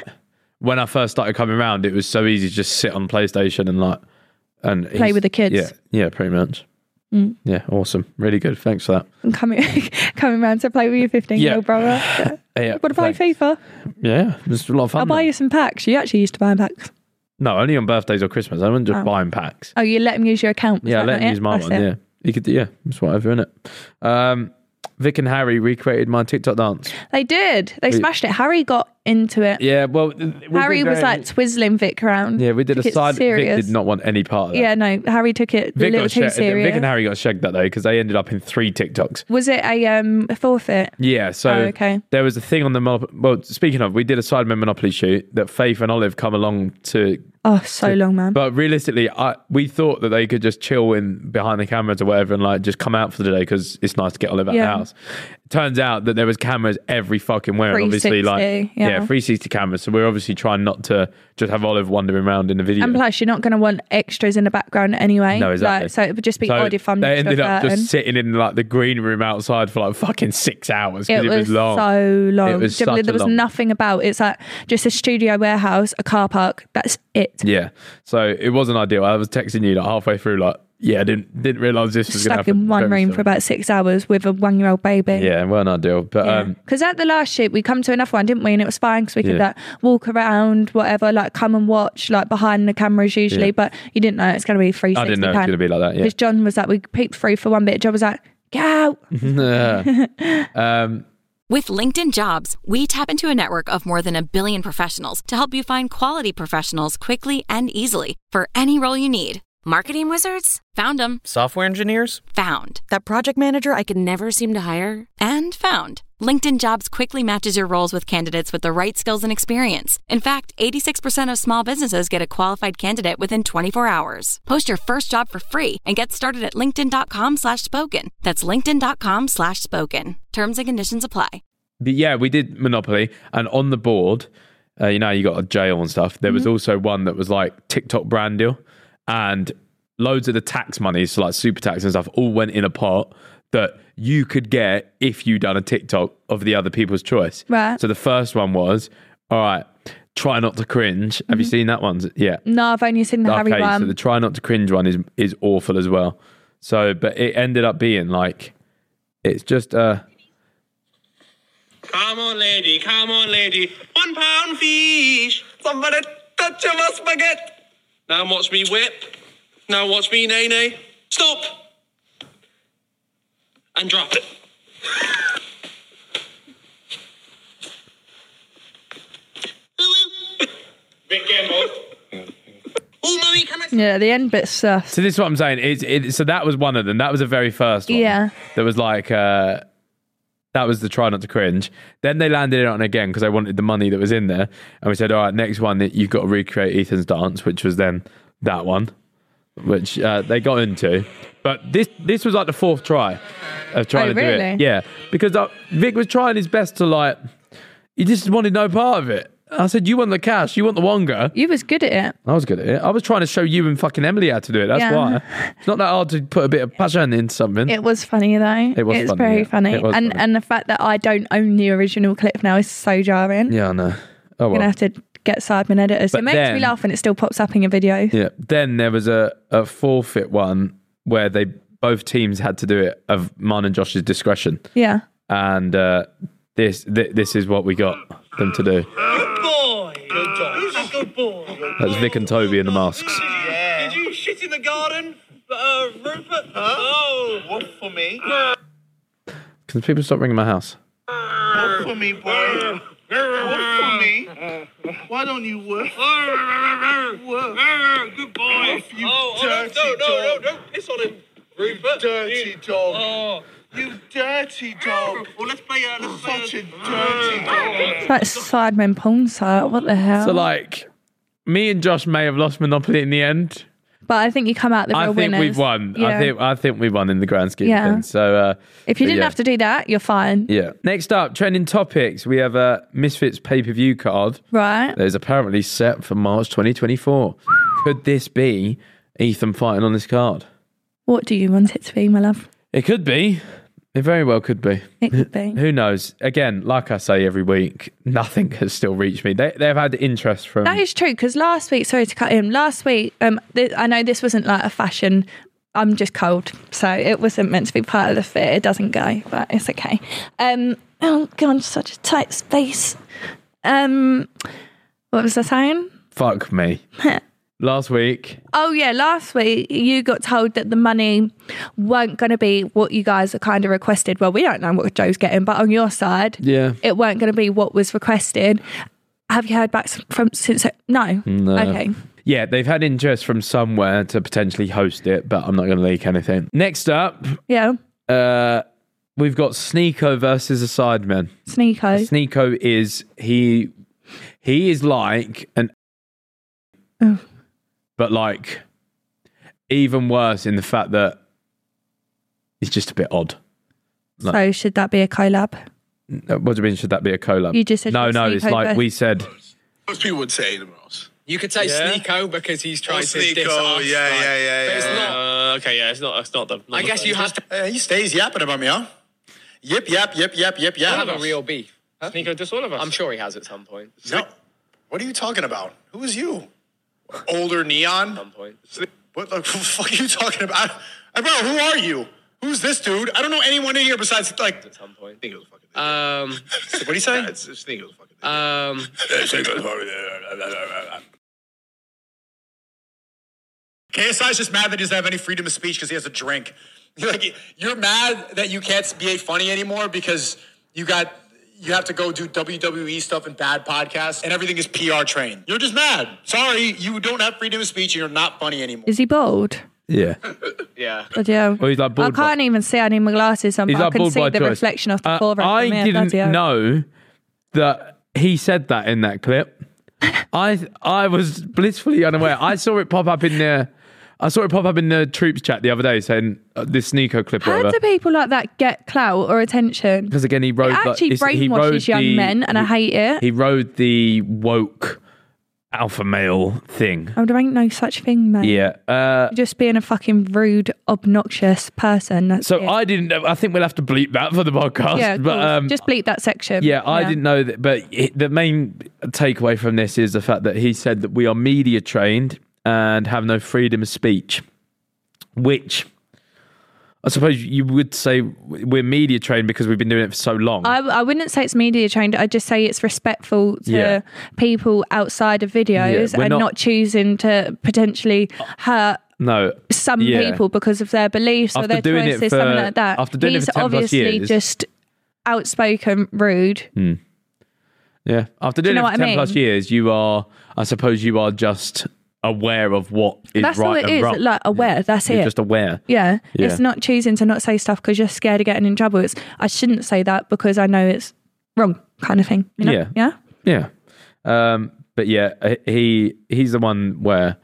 [SPEAKER 2] when I first started coming around, it was so easy to just sit on PlayStation and like and he's-
[SPEAKER 3] with the kids. Mm.
[SPEAKER 2] Yeah, yeah, pretty much. Yeah, awesome. Really good. Thanks for that.
[SPEAKER 3] and coming coming round to play with your 15 year old brother.
[SPEAKER 2] Yeah,
[SPEAKER 3] Want to play
[SPEAKER 2] thanks.
[SPEAKER 3] FIFA?
[SPEAKER 2] Yeah, it's a lot of fun.
[SPEAKER 3] I'll buy
[SPEAKER 2] though.
[SPEAKER 3] you some packs. You actually used to buy packs.
[SPEAKER 2] No, only on birthdays or Christmas. I wouldn't just buy him packs.
[SPEAKER 3] Oh, you let him use your account. Was
[SPEAKER 2] Yeah, I
[SPEAKER 3] that
[SPEAKER 2] let
[SPEAKER 3] not
[SPEAKER 2] him
[SPEAKER 3] it?
[SPEAKER 2] use my
[SPEAKER 3] That's
[SPEAKER 2] one.
[SPEAKER 3] it.
[SPEAKER 2] Yeah, he could. Yeah, it's whatever, innit? Um, Vic and Harry recreated my TikTok dance.
[SPEAKER 3] They did. They smashed it. Harry got into it.
[SPEAKER 2] Yeah, well, th- we've been
[SPEAKER 3] Harry was
[SPEAKER 2] going-
[SPEAKER 3] like twizzling Vic around.
[SPEAKER 2] yeah, we did
[SPEAKER 3] Took
[SPEAKER 2] a
[SPEAKER 3] it
[SPEAKER 2] side. Vic
[SPEAKER 3] serious.
[SPEAKER 2] did not want any part of that.
[SPEAKER 3] Yeah, no, Harry took it a
[SPEAKER 2] Vic,
[SPEAKER 3] little
[SPEAKER 2] got
[SPEAKER 3] too
[SPEAKER 2] shagged- Vic
[SPEAKER 3] serious.
[SPEAKER 2] and Harry got shagged that though because they ended up in three TikToks.
[SPEAKER 3] was it a um a forfeit?
[SPEAKER 2] Yeah, so
[SPEAKER 3] Oh, okay.
[SPEAKER 2] there was a thing on the Monop- well. Speaking of, we did a Sidemen Monopoly shoot that Faith and Olive come along to,
[SPEAKER 3] Oh, so long, man.
[SPEAKER 2] but realistically, I we thought that they could just chill in behind the cameras or whatever and like just come out for the day because it's nice to get Olive out
[SPEAKER 3] Yeah.
[SPEAKER 2] of the house. Turns out that there was cameras every fucking where, and obviously like
[SPEAKER 3] 360, yeah.
[SPEAKER 2] 360 cameras. So we're obviously trying not to just have Olive wandering around in the video.
[SPEAKER 3] And plus, you're not going to want extras in the background anyway.
[SPEAKER 2] No, exactly.
[SPEAKER 3] Like, so it would just be
[SPEAKER 2] So
[SPEAKER 3] odd if I'm
[SPEAKER 2] they
[SPEAKER 3] not
[SPEAKER 2] ended
[SPEAKER 3] sure
[SPEAKER 2] up
[SPEAKER 3] certain.
[SPEAKER 2] just sitting in like the green room outside for like fucking six hours
[SPEAKER 3] it,
[SPEAKER 2] because it,
[SPEAKER 3] was
[SPEAKER 2] long.
[SPEAKER 3] so long.
[SPEAKER 2] It was
[SPEAKER 3] There-
[SPEAKER 2] such
[SPEAKER 3] there
[SPEAKER 2] a
[SPEAKER 3] was
[SPEAKER 2] long-
[SPEAKER 3] nothing about it's like just a studio warehouse, a car park. That's it.
[SPEAKER 2] Yeah. So it wasn't ideal. I was texting you like halfway through, like, yeah, I didn't didn't realise this was gonna
[SPEAKER 3] Stuck
[SPEAKER 2] happen.
[SPEAKER 3] in one
[SPEAKER 2] Very
[SPEAKER 3] room for
[SPEAKER 2] sorry.
[SPEAKER 3] about six hours with a one-year-old baby.
[SPEAKER 2] Yeah, weren't ideal. But um
[SPEAKER 3] Because at the last shoot, we come to another one, didn't we? And it was fine because we could
[SPEAKER 2] Yeah.
[SPEAKER 3] like walk around, whatever, like come and watch, like behind the cameras usually.
[SPEAKER 2] Yeah.
[SPEAKER 3] But you didn't know it's going to be three
[SPEAKER 2] I
[SPEAKER 3] sixty
[SPEAKER 2] didn't know it was gonna
[SPEAKER 3] pound.
[SPEAKER 2] be like that, yeah.
[SPEAKER 3] Because John was like, we peeped through for one bit. John was like, get out.
[SPEAKER 2] um
[SPEAKER 4] With LinkedIn Jobs, we tap into a network of more than a billion professionals to help you find quality professionals quickly and easily for any role you need. Marketing wizards? Found them.
[SPEAKER 5] Software engineers?
[SPEAKER 4] Found.
[SPEAKER 6] That project manager I could never seem to hire?
[SPEAKER 4] And found. LinkedIn Jobs quickly matches your roles with candidates with the right skills and experience. In fact, 86% of small businesses get a qualified candidate within 24 hours. Post your first job for free and get started at linkedin.com slash spoken. That's linkedin.com slash spoken. Terms and conditions apply.
[SPEAKER 2] but yeah, we did Monopoly and on the board, uh, you know, you got a jail and stuff. There was
[SPEAKER 3] Mm-hmm.
[SPEAKER 2] also one that was like TikTok brand deal and loads of the tax money, so like super tax and stuff, all went in a pot that you could get if you done a TikTok of the other people's choice.
[SPEAKER 3] Right.
[SPEAKER 2] So the first one was, all right, try not to cringe. Have you seen that one? Yeah.
[SPEAKER 3] No, I've only seen Mm-hmm. the Harry
[SPEAKER 2] okay,
[SPEAKER 3] one.
[SPEAKER 2] so the try not to cringe one is is awful as well. So, but it ended up being like, it's just uh
[SPEAKER 7] Come on, lady, come on, lady. One pound fish. Somebody touch of a spaghetti. Now watch me whip. Now watch me nay nay. Stop. And drop it. Big gamble. Oh, mommy, can I?
[SPEAKER 3] yeah, the end bit's sus.
[SPEAKER 2] So this is what I'm saying. It's it, so that was one of them. That was the very first one.
[SPEAKER 3] Yeah.
[SPEAKER 2] That was like uh that was the try not to cringe. Then they landed it on again because they wanted the money that was in there. And we said, all right, next one that you've got to recreate Ethan's dance, which was then that one, which uh, they got into. But this this was like the fourth try of trying
[SPEAKER 3] Oh,
[SPEAKER 2] to do
[SPEAKER 3] really?
[SPEAKER 2] it. Yeah. Because uh, Vic was trying his best to like he just wanted no part of it. I said, You want the cash, you want the wonga.
[SPEAKER 3] You was good at it.
[SPEAKER 2] I was good at it. I was trying to show you and fucking Emily how to do it. That's
[SPEAKER 3] Yeah.
[SPEAKER 2] why. It's not that hard to put a bit of passion into something.
[SPEAKER 3] It was funny though.
[SPEAKER 2] It was
[SPEAKER 3] it's
[SPEAKER 2] funny,
[SPEAKER 3] very
[SPEAKER 2] yeah.
[SPEAKER 3] funny.
[SPEAKER 2] It was
[SPEAKER 3] and
[SPEAKER 2] funny.
[SPEAKER 3] and the fact that I don't own the original clip now is so jarring.
[SPEAKER 2] yeah, I know. Oh well.
[SPEAKER 3] I'm gonna have to get sidemen editors.
[SPEAKER 2] But
[SPEAKER 3] it makes
[SPEAKER 2] then-
[SPEAKER 3] me laugh when it still pops up in your video.
[SPEAKER 2] yeah. Then there was a, a forfeit one where they both teams had to do it of mine and Josh's discretion,
[SPEAKER 3] yeah.
[SPEAKER 2] and uh, this th- this is what we got them to do.
[SPEAKER 7] Good boy. Good job. Who's a good boy?
[SPEAKER 2] That's Vic and Toby in the masks.
[SPEAKER 7] Did you shit in the garden, uh, Rupert? Oh. What for me?
[SPEAKER 2] Can people stop ringing my house?
[SPEAKER 8] Work for me, boy. Work for me. Why don't you work?
[SPEAKER 7] Oh,
[SPEAKER 8] Work. Good boy. You
[SPEAKER 7] Oh, oh,
[SPEAKER 8] dirty
[SPEAKER 7] no, no, no, no,
[SPEAKER 8] dog.
[SPEAKER 7] don't piss on him, Rupert.
[SPEAKER 8] Dirty
[SPEAKER 7] You-
[SPEAKER 8] dog.
[SPEAKER 7] Oh.
[SPEAKER 8] You dirty dog.
[SPEAKER 7] Well, let's play, uh, let's play.
[SPEAKER 8] Such a dirty dog.
[SPEAKER 3] It's like sidemen porn site. What the hell?
[SPEAKER 2] So like, me and Josh may have lost Monopoly in the end.
[SPEAKER 3] but I think you come out the real
[SPEAKER 2] I think
[SPEAKER 3] winners.
[SPEAKER 2] we've won. I
[SPEAKER 3] Yeah.
[SPEAKER 2] think I think we won in the grand scheme.
[SPEAKER 3] Yeah.
[SPEAKER 2] Of things. So uh,
[SPEAKER 3] if you
[SPEAKER 2] but
[SPEAKER 3] didn't
[SPEAKER 2] yeah.
[SPEAKER 3] have to do that, you're fine.
[SPEAKER 2] Yeah. Next up, trending topics. We have a Misfits pay per view card
[SPEAKER 3] Right?
[SPEAKER 2] that is apparently set for March 2024. Could this be Ethan fighting on this card?
[SPEAKER 3] What do you want it to be, my love?
[SPEAKER 2] It could be. It very well could be.
[SPEAKER 3] It could be.
[SPEAKER 2] Who knows? Again, like I say every week, nothing has still reached me. They, they've had interest from.
[SPEAKER 3] That is true because last week, sorry to cut him. Last week, um, th- I know this wasn't like a fashion. I'm just cold, so it wasn't meant to be part of the fit. It doesn't go, but it's okay. Um, oh god, such a tight space. Um, what was I saying?
[SPEAKER 2] Fuck me. last week.
[SPEAKER 3] Oh yeah, last week you got told that the money weren't going to be what you guys kind of requested. Well, we don't know what Joe's getting, but on your side,
[SPEAKER 2] Yeah.
[SPEAKER 3] it weren't going to be what was requested. Have you heard back s- from since? No.
[SPEAKER 2] No.
[SPEAKER 3] Okay.
[SPEAKER 2] Yeah, they've had interest from somewhere to potentially host it, but I'm not going to leak anything. Next up,
[SPEAKER 3] Yeah.
[SPEAKER 2] uh, we've got Sneeko versus a Sideman.
[SPEAKER 3] Sneeko.
[SPEAKER 2] Sneeko is he he is like an
[SPEAKER 3] Oh.
[SPEAKER 2] but like even worse in the fact that he's just a bit odd. No.
[SPEAKER 3] So should that be a collab?
[SPEAKER 2] Uh, What do you mean? Should that be a collab?
[SPEAKER 3] You just said
[SPEAKER 2] no,
[SPEAKER 3] you've
[SPEAKER 2] no.
[SPEAKER 3] got
[SPEAKER 2] It's
[SPEAKER 3] Sneeko
[SPEAKER 2] like
[SPEAKER 3] first.
[SPEAKER 2] we said.
[SPEAKER 8] Most people would say the most.
[SPEAKER 5] You could say
[SPEAKER 7] Yeah.
[SPEAKER 5] Sneeko because he's
[SPEAKER 8] Oh,
[SPEAKER 5] trying to diss
[SPEAKER 8] Sneeko,
[SPEAKER 5] us.
[SPEAKER 8] yeah,
[SPEAKER 5] like,
[SPEAKER 8] yeah, yeah,
[SPEAKER 5] But it's
[SPEAKER 8] yeah,
[SPEAKER 5] not.
[SPEAKER 7] Uh, okay, yeah, it's not. It's not them.
[SPEAKER 5] I guess you have to
[SPEAKER 9] Uh, he stays yapping about me, huh? Yip, yap, yip, yap, yip,
[SPEAKER 5] have
[SPEAKER 9] yap.
[SPEAKER 5] a real beef.
[SPEAKER 7] Nico, just all of us.
[SPEAKER 5] I'm sure he has at some point.
[SPEAKER 9] No. What are you talking about? Who is you? Older neon?
[SPEAKER 5] Some point.
[SPEAKER 9] What the fuck are you talking about? I, bro, who are you? Who's this dude? I don't know anyone in here besides, like,
[SPEAKER 5] At some point.
[SPEAKER 8] Sneaker was fucking.
[SPEAKER 5] Um.
[SPEAKER 9] what do you say?
[SPEAKER 8] It's, it's Sneaker was fucking.
[SPEAKER 5] Um.
[SPEAKER 9] KSI's just mad that he doesn't have any freedom of speech because he has a drink. You're like, you're mad that you can't be funny anymore because you got you have to go do WWE stuff and bad podcasts and everything is PR trained. You're just mad. Sorry, you don't have freedom of speech and you're not funny anymore.
[SPEAKER 3] Is he bald?
[SPEAKER 2] Yeah.
[SPEAKER 5] Yeah.
[SPEAKER 3] Bloody hell.
[SPEAKER 2] Well, Oh, he's like
[SPEAKER 3] I
[SPEAKER 2] bald. by-
[SPEAKER 3] can't even see. I need my glasses on,
[SPEAKER 2] he's
[SPEAKER 3] but I
[SPEAKER 2] like
[SPEAKER 3] can
[SPEAKER 2] bald
[SPEAKER 3] see
[SPEAKER 2] by
[SPEAKER 3] the
[SPEAKER 2] choice.
[SPEAKER 3] reflection off the
[SPEAKER 2] Uh,
[SPEAKER 3] floor. of
[SPEAKER 2] I
[SPEAKER 3] me.
[SPEAKER 2] didn't
[SPEAKER 3] Bloody hell.
[SPEAKER 2] know that he said that in that clip. I I was blissfully unaware. I saw it pop up in the. I saw it pop up in the troops chat the other day saying uh, this Sneeko clip or
[SPEAKER 3] How
[SPEAKER 2] whatever.
[SPEAKER 3] do people like that get clout or attention?
[SPEAKER 2] Because again, he rode.
[SPEAKER 3] It
[SPEAKER 2] like,
[SPEAKER 3] actually
[SPEAKER 2] it's- he
[SPEAKER 3] brainwashes
[SPEAKER 2] rode
[SPEAKER 3] young
[SPEAKER 2] the-
[SPEAKER 3] men, and I hate it.
[SPEAKER 2] He rode the woke alpha male thing.
[SPEAKER 3] Oh, there ain't no such thing, mate.
[SPEAKER 2] Yeah. Uh,
[SPEAKER 3] Just being a fucking rude, obnoxious person. That's
[SPEAKER 2] so
[SPEAKER 3] it.
[SPEAKER 2] I didn't. know- I think we'll have to bleep that for the podcast.
[SPEAKER 3] yeah, of
[SPEAKER 2] but
[SPEAKER 3] course.
[SPEAKER 2] um,
[SPEAKER 3] just bleep that section.
[SPEAKER 2] Yeah, I didn't know that. But it, the main takeaway from this is the fact that he said that we are media trained and have no freedom of speech, which I suppose you would say we're media trained because we've been doing it for so long.
[SPEAKER 3] I, I wouldn't say it's media trained. I just say it's respectful to
[SPEAKER 2] Yeah.
[SPEAKER 3] people outside of videos
[SPEAKER 2] Yeah, we're
[SPEAKER 3] and
[SPEAKER 2] not-
[SPEAKER 3] not, choosing to potentially hurt
[SPEAKER 2] no,
[SPEAKER 3] some
[SPEAKER 2] yeah.
[SPEAKER 3] people because of their beliefs
[SPEAKER 2] After
[SPEAKER 3] or their
[SPEAKER 2] doing it
[SPEAKER 3] choices, something
[SPEAKER 2] for-
[SPEAKER 3] like that.
[SPEAKER 2] after doing it
[SPEAKER 3] He's
[SPEAKER 2] for 10 plus
[SPEAKER 3] obviously
[SPEAKER 2] years. Mm.
[SPEAKER 3] just outspoken, rude.
[SPEAKER 2] Yeah, after doing
[SPEAKER 3] know
[SPEAKER 2] it
[SPEAKER 3] what
[SPEAKER 2] for
[SPEAKER 3] I
[SPEAKER 2] ten plus
[SPEAKER 3] mean?
[SPEAKER 2] years, you are. I suppose you are just aware of what is
[SPEAKER 3] That's
[SPEAKER 2] right
[SPEAKER 3] all it
[SPEAKER 2] and
[SPEAKER 3] is.
[SPEAKER 2] wrong.
[SPEAKER 3] Like aware. That's
[SPEAKER 2] You're
[SPEAKER 3] it.
[SPEAKER 2] just aware.
[SPEAKER 3] Yeah.
[SPEAKER 2] Yeah.
[SPEAKER 3] It's not choosing to not say stuff because you're scared of getting in trouble. It's I shouldn't say that because I know it's wrong kind of thing. you know?
[SPEAKER 2] Yeah.
[SPEAKER 3] Yeah.
[SPEAKER 2] Yeah. Um, but yeah, he he's the one where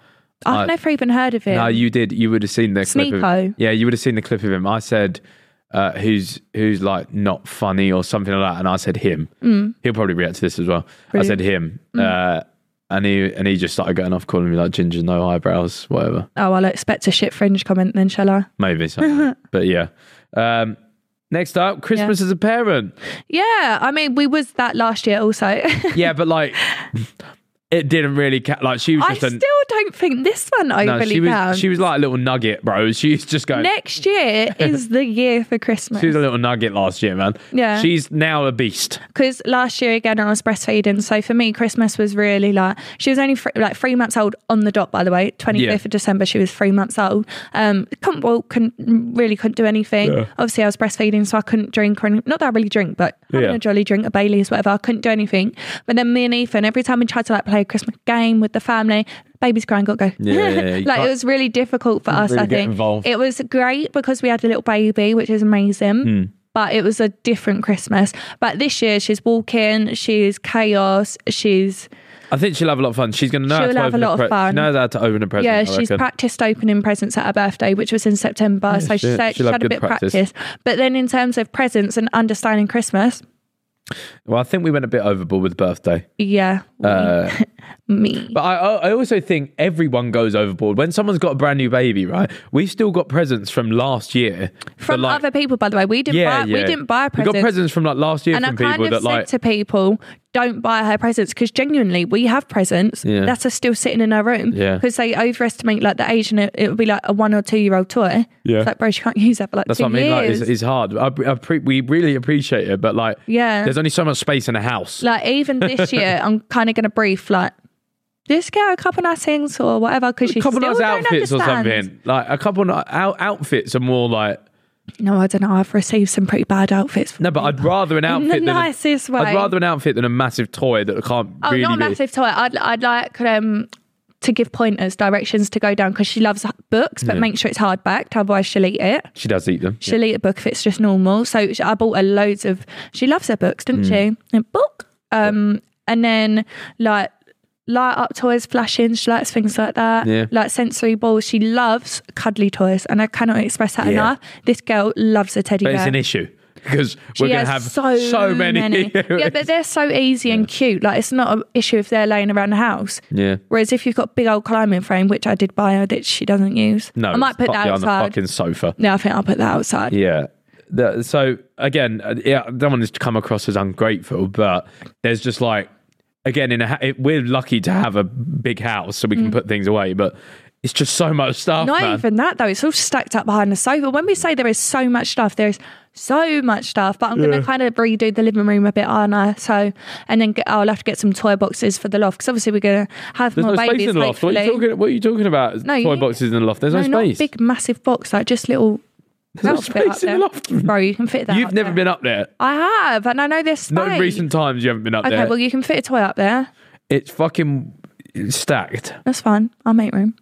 [SPEAKER 2] I-
[SPEAKER 3] I've never even heard of it.
[SPEAKER 2] No, you did. You would have seen the clip. Of,
[SPEAKER 3] Sneeko.
[SPEAKER 2] yeah, you would have seen the clip of him. I said, uh, "Who's who's like not funny or something like that," and I said him.
[SPEAKER 3] Mm.
[SPEAKER 2] He'll probably react to this as well. I said him, uh, and he and he just started going off calling me like ginger, no eyebrows, whatever.
[SPEAKER 3] oh, I'll expect a shit fringe comment then, shall I?
[SPEAKER 2] Maybe something, but yeah. Um, next up, Christmas as a parent.
[SPEAKER 3] Yeah. I mean, we was that last year also.
[SPEAKER 2] Yeah, but like. It didn't really ca- like she was
[SPEAKER 3] I
[SPEAKER 2] just
[SPEAKER 3] still
[SPEAKER 2] an-
[SPEAKER 3] don't think this one overly
[SPEAKER 2] no, she was
[SPEAKER 3] down.
[SPEAKER 2] she was like a little nugget, bro. She's just going
[SPEAKER 3] Next year is the year for Christmas.
[SPEAKER 2] She was a little nugget last year, man.
[SPEAKER 3] Yeah.
[SPEAKER 2] She's now a beast.
[SPEAKER 3] because last year again I was breastfeeding, so for me Christmas was really like she was only thr like three months old on the dot. By the way, twenty fifth of December she was three months old. Um, couldn't walk, couldn't really couldn't do anything. Obviously I was breastfeeding, so I couldn't drink or any, not that I really drink, but having
[SPEAKER 2] Yeah.
[SPEAKER 3] a jolly drink, a Bailey's, whatever. I couldn't do anything. But then me and Ethan, every time we tried to like play a Christmas game with the family. Baby's crying, got to go.
[SPEAKER 2] Yeah, yeah, yeah. You
[SPEAKER 3] like
[SPEAKER 2] can't-
[SPEAKER 3] it was really difficult for us.
[SPEAKER 2] really
[SPEAKER 3] I
[SPEAKER 2] get
[SPEAKER 3] think
[SPEAKER 2] involved.
[SPEAKER 3] it was great because we had a little baby, which is amazing
[SPEAKER 2] Hmm.
[SPEAKER 3] but it was a different Christmas. But this year, she's walking, she's chaos, she's
[SPEAKER 2] I think she'll have a lot of fun. She's going to know
[SPEAKER 3] She'll
[SPEAKER 2] how to
[SPEAKER 3] have a
[SPEAKER 2] open
[SPEAKER 3] lot of
[SPEAKER 2] pre- She
[SPEAKER 3] fun.
[SPEAKER 2] knows how to open a present.
[SPEAKER 3] yeah,
[SPEAKER 2] I
[SPEAKER 3] she's
[SPEAKER 2] reckon.
[SPEAKER 3] practiced opening presents at her birthday, which was in September. so she,
[SPEAKER 2] she-
[SPEAKER 3] said she
[SPEAKER 2] she'll have
[SPEAKER 3] had a
[SPEAKER 2] good
[SPEAKER 3] bit of
[SPEAKER 2] practice.
[SPEAKER 3] practice. But then, in terms of presents and understanding Christmas,
[SPEAKER 2] Well, I think we went a bit overboard with birthday.
[SPEAKER 3] yeah,
[SPEAKER 2] Uh,
[SPEAKER 3] me.
[SPEAKER 2] but I, I also think everyone goes overboard. When someone's got a brand new baby, right? We've still got presents from last year. that,
[SPEAKER 3] From
[SPEAKER 2] like-
[SPEAKER 3] other people, by the way, we didn't
[SPEAKER 2] yeah,
[SPEAKER 3] buy
[SPEAKER 2] yeah.
[SPEAKER 3] we didn't buy a
[SPEAKER 2] We got
[SPEAKER 3] present.
[SPEAKER 2] presents from like last year
[SPEAKER 3] And I
[SPEAKER 2] from
[SPEAKER 3] kind
[SPEAKER 2] people
[SPEAKER 3] of
[SPEAKER 2] that
[SPEAKER 3] said
[SPEAKER 2] like.
[SPEAKER 3] to people, don't buy her presents because genuinely we have presents
[SPEAKER 2] Yeah.
[SPEAKER 3] that are still sitting in our room
[SPEAKER 2] Yeah.
[SPEAKER 3] because they overestimate like the age and it, it would be like a one or two year old toy.
[SPEAKER 2] Yeah.
[SPEAKER 3] It's like, bro, she can't use that for like
[SPEAKER 2] that's
[SPEAKER 3] two
[SPEAKER 2] what I mean. Like,
[SPEAKER 3] years.
[SPEAKER 2] it's, it's hard. I, I pre- we really appreciate it, but like,
[SPEAKER 3] Yeah.
[SPEAKER 2] there's only so much space in a house.
[SPEAKER 3] like even this year, I'm kind of going to brief like Just get a couple nice things or whatever because
[SPEAKER 2] a
[SPEAKER 3] she
[SPEAKER 2] couple
[SPEAKER 3] still
[SPEAKER 2] nice
[SPEAKER 3] don't
[SPEAKER 2] outfits or
[SPEAKER 3] understand.
[SPEAKER 2] something. Like a couple ni- out, outfits are more like
[SPEAKER 3] No, I don't know. I've received some pretty bad outfits.
[SPEAKER 2] no, but I'd rather an outfit than a-
[SPEAKER 3] nicest way.
[SPEAKER 2] I'd rather an outfit than a massive toy that I can't
[SPEAKER 3] Oh,
[SPEAKER 2] really.
[SPEAKER 3] not
[SPEAKER 2] be-
[SPEAKER 3] massive toy. I'd, I'd like um, to give pointers, directions to go down because she loves books, but make sure it's hardbacked, otherwise she'll eat it.
[SPEAKER 2] She does eat them.
[SPEAKER 3] She'll eat a book if it's just normal. So she, I bought her loads of. She loves her books, doesn't
[SPEAKER 2] Mm.
[SPEAKER 3] she? A book. Um, and then like light up toys, flashing. She likes things like that.
[SPEAKER 2] Yeah.
[SPEAKER 3] Like sensory balls. She loves cuddly toys, and I cannot express that enough. This girl loves a teddy
[SPEAKER 2] but
[SPEAKER 3] bear.
[SPEAKER 2] it's an issue because
[SPEAKER 3] She
[SPEAKER 2] we're going
[SPEAKER 3] has
[SPEAKER 2] to have so, many.
[SPEAKER 3] yeah, but they're so easy and cute. Like it's not an issue if they're laying around the house.
[SPEAKER 2] Yeah.
[SPEAKER 3] Whereas if you've got a big old climbing frame, which I did buy her that she doesn't use,
[SPEAKER 2] No,
[SPEAKER 3] I might
[SPEAKER 2] it's
[SPEAKER 3] put
[SPEAKER 2] properly
[SPEAKER 3] that
[SPEAKER 2] on the
[SPEAKER 3] outside.
[SPEAKER 2] fucking sofa.
[SPEAKER 3] No, I think I'll put that outside.
[SPEAKER 2] Yeah. The- so again, uh, yeah, I don't want this to come across as ungrateful, but there's just like again, in a ha- it, we're lucky to have a big house so we can put things away, but it's just so much stuff.
[SPEAKER 3] Mm. Not
[SPEAKER 2] Oh, man.
[SPEAKER 3] even that though. It's all stacked up behind the sofa. When we say there is so much stuff, there is so much stuff. But I'm going to kind of redo the living room a bit, aren't I? So, and then get, I'll have to get some toy boxes for the loft because obviously we're going to have
[SPEAKER 2] There's
[SPEAKER 3] more
[SPEAKER 2] no space
[SPEAKER 3] babies.
[SPEAKER 2] in the loft. What are, you
[SPEAKER 3] hopefully.
[SPEAKER 2] talking, what are you talking about?
[SPEAKER 3] No, you
[SPEAKER 2] Toy
[SPEAKER 3] need-
[SPEAKER 2] boxes in the loft. There's no,
[SPEAKER 3] no,
[SPEAKER 2] space.
[SPEAKER 3] not big massive box, like just little.
[SPEAKER 2] There's
[SPEAKER 3] That'll
[SPEAKER 2] no
[SPEAKER 3] fit up
[SPEAKER 2] space in the
[SPEAKER 3] there.
[SPEAKER 2] loft.
[SPEAKER 3] Bro, you can fit that.
[SPEAKER 2] You've
[SPEAKER 3] up
[SPEAKER 2] never
[SPEAKER 3] there.
[SPEAKER 2] been up there.
[SPEAKER 3] I have, and I know there's space.
[SPEAKER 2] No recent times you haven't been up
[SPEAKER 3] Okay,
[SPEAKER 2] there.
[SPEAKER 3] well you can fit a toy up there.
[SPEAKER 2] it's fucking stacked.
[SPEAKER 3] That's fine. I'll make room.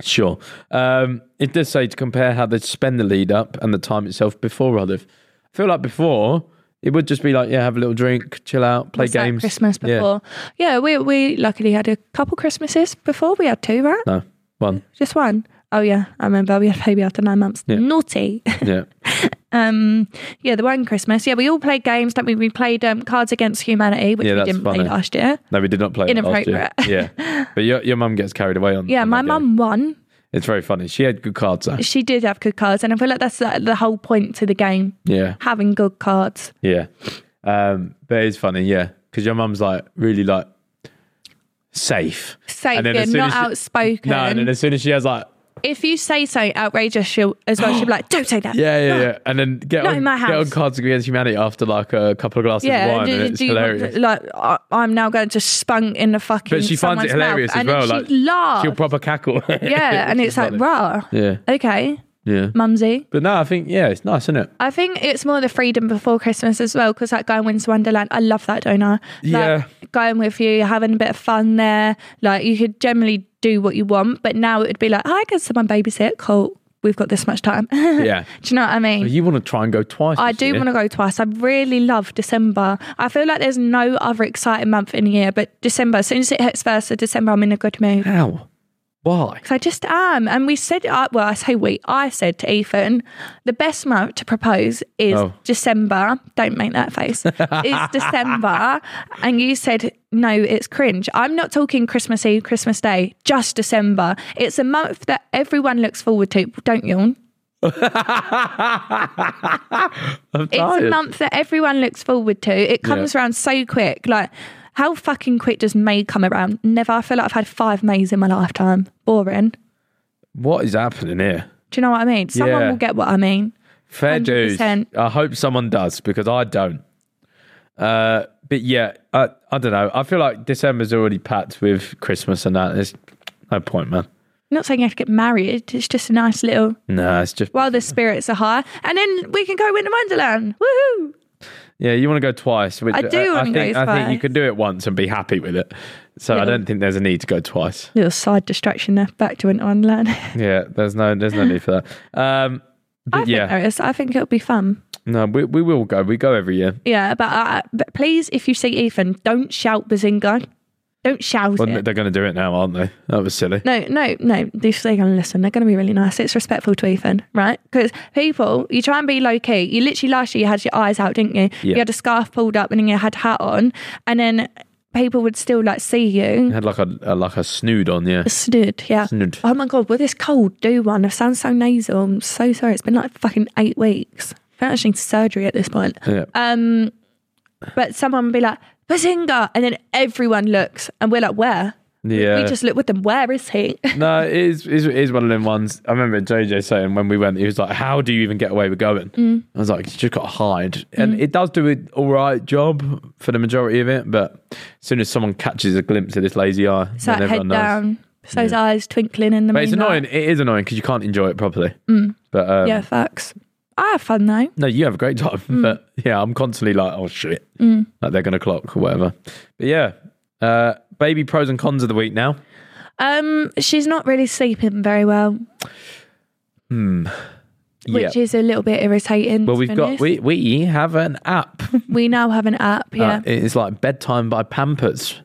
[SPEAKER 2] Sure. Um, it does say to compare how they spend the lead up and the time itself before Olive. I feel like before it would just be like, yeah, have a little drink, chill out, play
[SPEAKER 3] Was that
[SPEAKER 2] games.
[SPEAKER 3] Christmas
[SPEAKER 2] Yeah.
[SPEAKER 3] before. Yeah. we we luckily had a couple Christmases before. We had two, right?
[SPEAKER 2] No, one.
[SPEAKER 3] Just one. Oh yeah, I remember we had a baby after nine months.
[SPEAKER 2] Yeah.
[SPEAKER 3] Naughty.
[SPEAKER 2] Yeah.
[SPEAKER 3] um, yeah, the one Christmas. Yeah, we all played games. Don't we? We played um, Cards Against Humanity, which
[SPEAKER 2] Yeah,
[SPEAKER 3] we
[SPEAKER 2] that's
[SPEAKER 3] didn't
[SPEAKER 2] funny.
[SPEAKER 3] play last year.
[SPEAKER 2] No, we did not play
[SPEAKER 3] Inappropriate.
[SPEAKER 2] It last year. Yeah. But your, your mum gets carried away on
[SPEAKER 3] Yeah,
[SPEAKER 2] on
[SPEAKER 3] my
[SPEAKER 2] that game.
[SPEAKER 3] mum won.
[SPEAKER 2] It's very funny. She had good cards though.
[SPEAKER 3] She did have good cards, and I feel like that's the, the whole point to the game:
[SPEAKER 2] Yeah.
[SPEAKER 3] having good cards.
[SPEAKER 2] Yeah. Um, but it's funny, yeah. Because your mum's like really like safe.
[SPEAKER 3] Safe
[SPEAKER 2] then as
[SPEAKER 3] and
[SPEAKER 2] soon
[SPEAKER 3] not
[SPEAKER 2] as she-
[SPEAKER 3] outspoken.
[SPEAKER 2] No, and then as soon as she has like,
[SPEAKER 3] if you say something outrageous, she'll as well. She'll be like, "Don't say that."
[SPEAKER 2] yeah, yeah, yeah, and then get
[SPEAKER 3] Not
[SPEAKER 2] on,
[SPEAKER 3] in my
[SPEAKER 2] get on
[SPEAKER 3] house.
[SPEAKER 2] Cards Against Humanity after like a couple of glasses
[SPEAKER 3] Yeah,
[SPEAKER 2] of wine,
[SPEAKER 3] do-
[SPEAKER 2] and it's
[SPEAKER 3] do you want
[SPEAKER 2] hilarious.
[SPEAKER 3] to- like I, I'm now going to spunk in the fucking.
[SPEAKER 2] but she finds it
[SPEAKER 3] someone's mouth,
[SPEAKER 2] hilarious
[SPEAKER 3] and
[SPEAKER 2] as well.
[SPEAKER 3] then
[SPEAKER 2] Like
[SPEAKER 3] she laughs.
[SPEAKER 2] she'll proper cackle.
[SPEAKER 3] yeah, and it's like,
[SPEAKER 2] funny.
[SPEAKER 3] rah.
[SPEAKER 2] yeah,
[SPEAKER 3] Okay,
[SPEAKER 2] yeah.
[SPEAKER 3] mumsy.
[SPEAKER 2] But no, I think yeah, it's nice, isn't it?
[SPEAKER 3] I think it's more the freedom before Christmas as well, because like going Winter Wonderland, I love that, don't I? Like,
[SPEAKER 2] Yeah.
[SPEAKER 3] Going with you, having a bit of fun there. Like you could generally do what you want, but now it would be like, hi, can someone babysit? Cool. We've got this much time.
[SPEAKER 2] Yeah.
[SPEAKER 3] Do you know what I mean?
[SPEAKER 2] But you want to try and go twice?
[SPEAKER 3] I do want to go twice. I really love December. I feel like there's no other exciting month in the year, but December, as soon as it hits 1st of December, I'm in a good mood.
[SPEAKER 2] How? Why?
[SPEAKER 3] 'Cause I just am. And we said, uh, well, I say we, I said to Ethan, the best month to propose is
[SPEAKER 2] Oh.
[SPEAKER 3] December. Don't make that face. it's December. And you said, no, it's cringe. I'm not talking Christmas Eve, Christmas Day, just December. It's a month that everyone looks forward to. Don't yawn.
[SPEAKER 2] I'm
[SPEAKER 3] It's
[SPEAKER 2] tired.
[SPEAKER 3] a month that everyone looks forward to. It comes around so quick. Like, how fucking quick does May come around? Never. I feel like I've had five Mays in my lifetime. Boring.
[SPEAKER 2] what is happening here?
[SPEAKER 3] Do you know what I mean? Someone
[SPEAKER 2] Yeah.
[SPEAKER 3] will get what I mean.
[SPEAKER 2] Fair dues.
[SPEAKER 3] 100%.
[SPEAKER 2] I hope someone does because I don't. Uh, but yeah, I, I don't know. I feel like December's already packed with Christmas and that. There's no point, man.
[SPEAKER 3] I'm not saying you have to get married. It's just a nice little,
[SPEAKER 2] Nah, it's just
[SPEAKER 3] while the spirits are high. And then we can go Winter Wonderland. Woohoo!
[SPEAKER 2] yeah. You want to go twice? Which
[SPEAKER 3] I do wanna go
[SPEAKER 2] think- I think you
[SPEAKER 3] twice.
[SPEAKER 2] could do it once and be happy with it. So I
[SPEAKER 3] Yeah.
[SPEAKER 2] don't think there's a need to go twice.
[SPEAKER 3] Little side distraction there. Back to Winter Wonderland.
[SPEAKER 2] Yeah, there's no there's no need for that. Um, but
[SPEAKER 3] I think
[SPEAKER 2] yeah,
[SPEAKER 3] there is. I think it'll be fun.
[SPEAKER 2] no, we we will go. We go every year.
[SPEAKER 3] Yeah, but, uh, but please, if you see Ethan, don't shout Bazinga. Don't shout
[SPEAKER 2] Well,
[SPEAKER 3] it.
[SPEAKER 2] they're going to do it now, aren't they? That was silly.
[SPEAKER 3] No, no, no. These they're going to listen. They're going to be really nice. It's respectful to Ethan, right? Because people, you try and be low key. You literally last year you had your eyes out, didn't you?
[SPEAKER 2] Yeah.
[SPEAKER 3] You had a scarf pulled up and then you had a hat on, and then people would still like see you.
[SPEAKER 2] It had like a, a like a snood on. Yeah,
[SPEAKER 3] Snood, yeah.
[SPEAKER 2] Snood.
[SPEAKER 3] Oh my god, will this cold do one? I sound so nasal. I'm so sorry. It's been like fucking eight weeks. I think I actually need surgery at this point.
[SPEAKER 2] yeah.
[SPEAKER 3] Um, but someone would be like, Bazinga! And then everyone looks and we're like, where?
[SPEAKER 2] Yeah.
[SPEAKER 3] We just look with them. Where is he?
[SPEAKER 2] No, it is, it is it is one of them ones. I remember JJ saying when we went, he was like, "How do you even get away with going?"
[SPEAKER 3] Mm.
[SPEAKER 2] I was like, "You just got to hide," and it does do an all right job for the majority of it. But as soon as someone catches a glimpse of this lazy eye,
[SPEAKER 3] It's
[SPEAKER 2] then
[SPEAKER 3] like head
[SPEAKER 2] everyone knows.
[SPEAKER 3] down, so his eyes twinkling in the
[SPEAKER 2] But it's annoying.
[SPEAKER 3] moonlight.
[SPEAKER 2] It is annoying because you can't enjoy it properly. But um,
[SPEAKER 3] Mm. Yeah, Mm. facts. I have fun though.
[SPEAKER 2] no, you have a great time. But yeah, I'm constantly like, "Oh shit,"
[SPEAKER 3] Mm.
[SPEAKER 2] like they're gonna clock or whatever. But yeah, uh, baby pros and cons of the week now.
[SPEAKER 3] Um, she's not really sleeping very well,
[SPEAKER 2] Yeah.
[SPEAKER 3] which is a little bit irritating.
[SPEAKER 2] Well,
[SPEAKER 3] to
[SPEAKER 2] we've
[SPEAKER 3] be
[SPEAKER 2] got
[SPEAKER 3] honest.
[SPEAKER 2] we we have an app.
[SPEAKER 3] we now have an app, yeah,
[SPEAKER 2] Uh, it's like bedtime by Pampers,
[SPEAKER 3] bit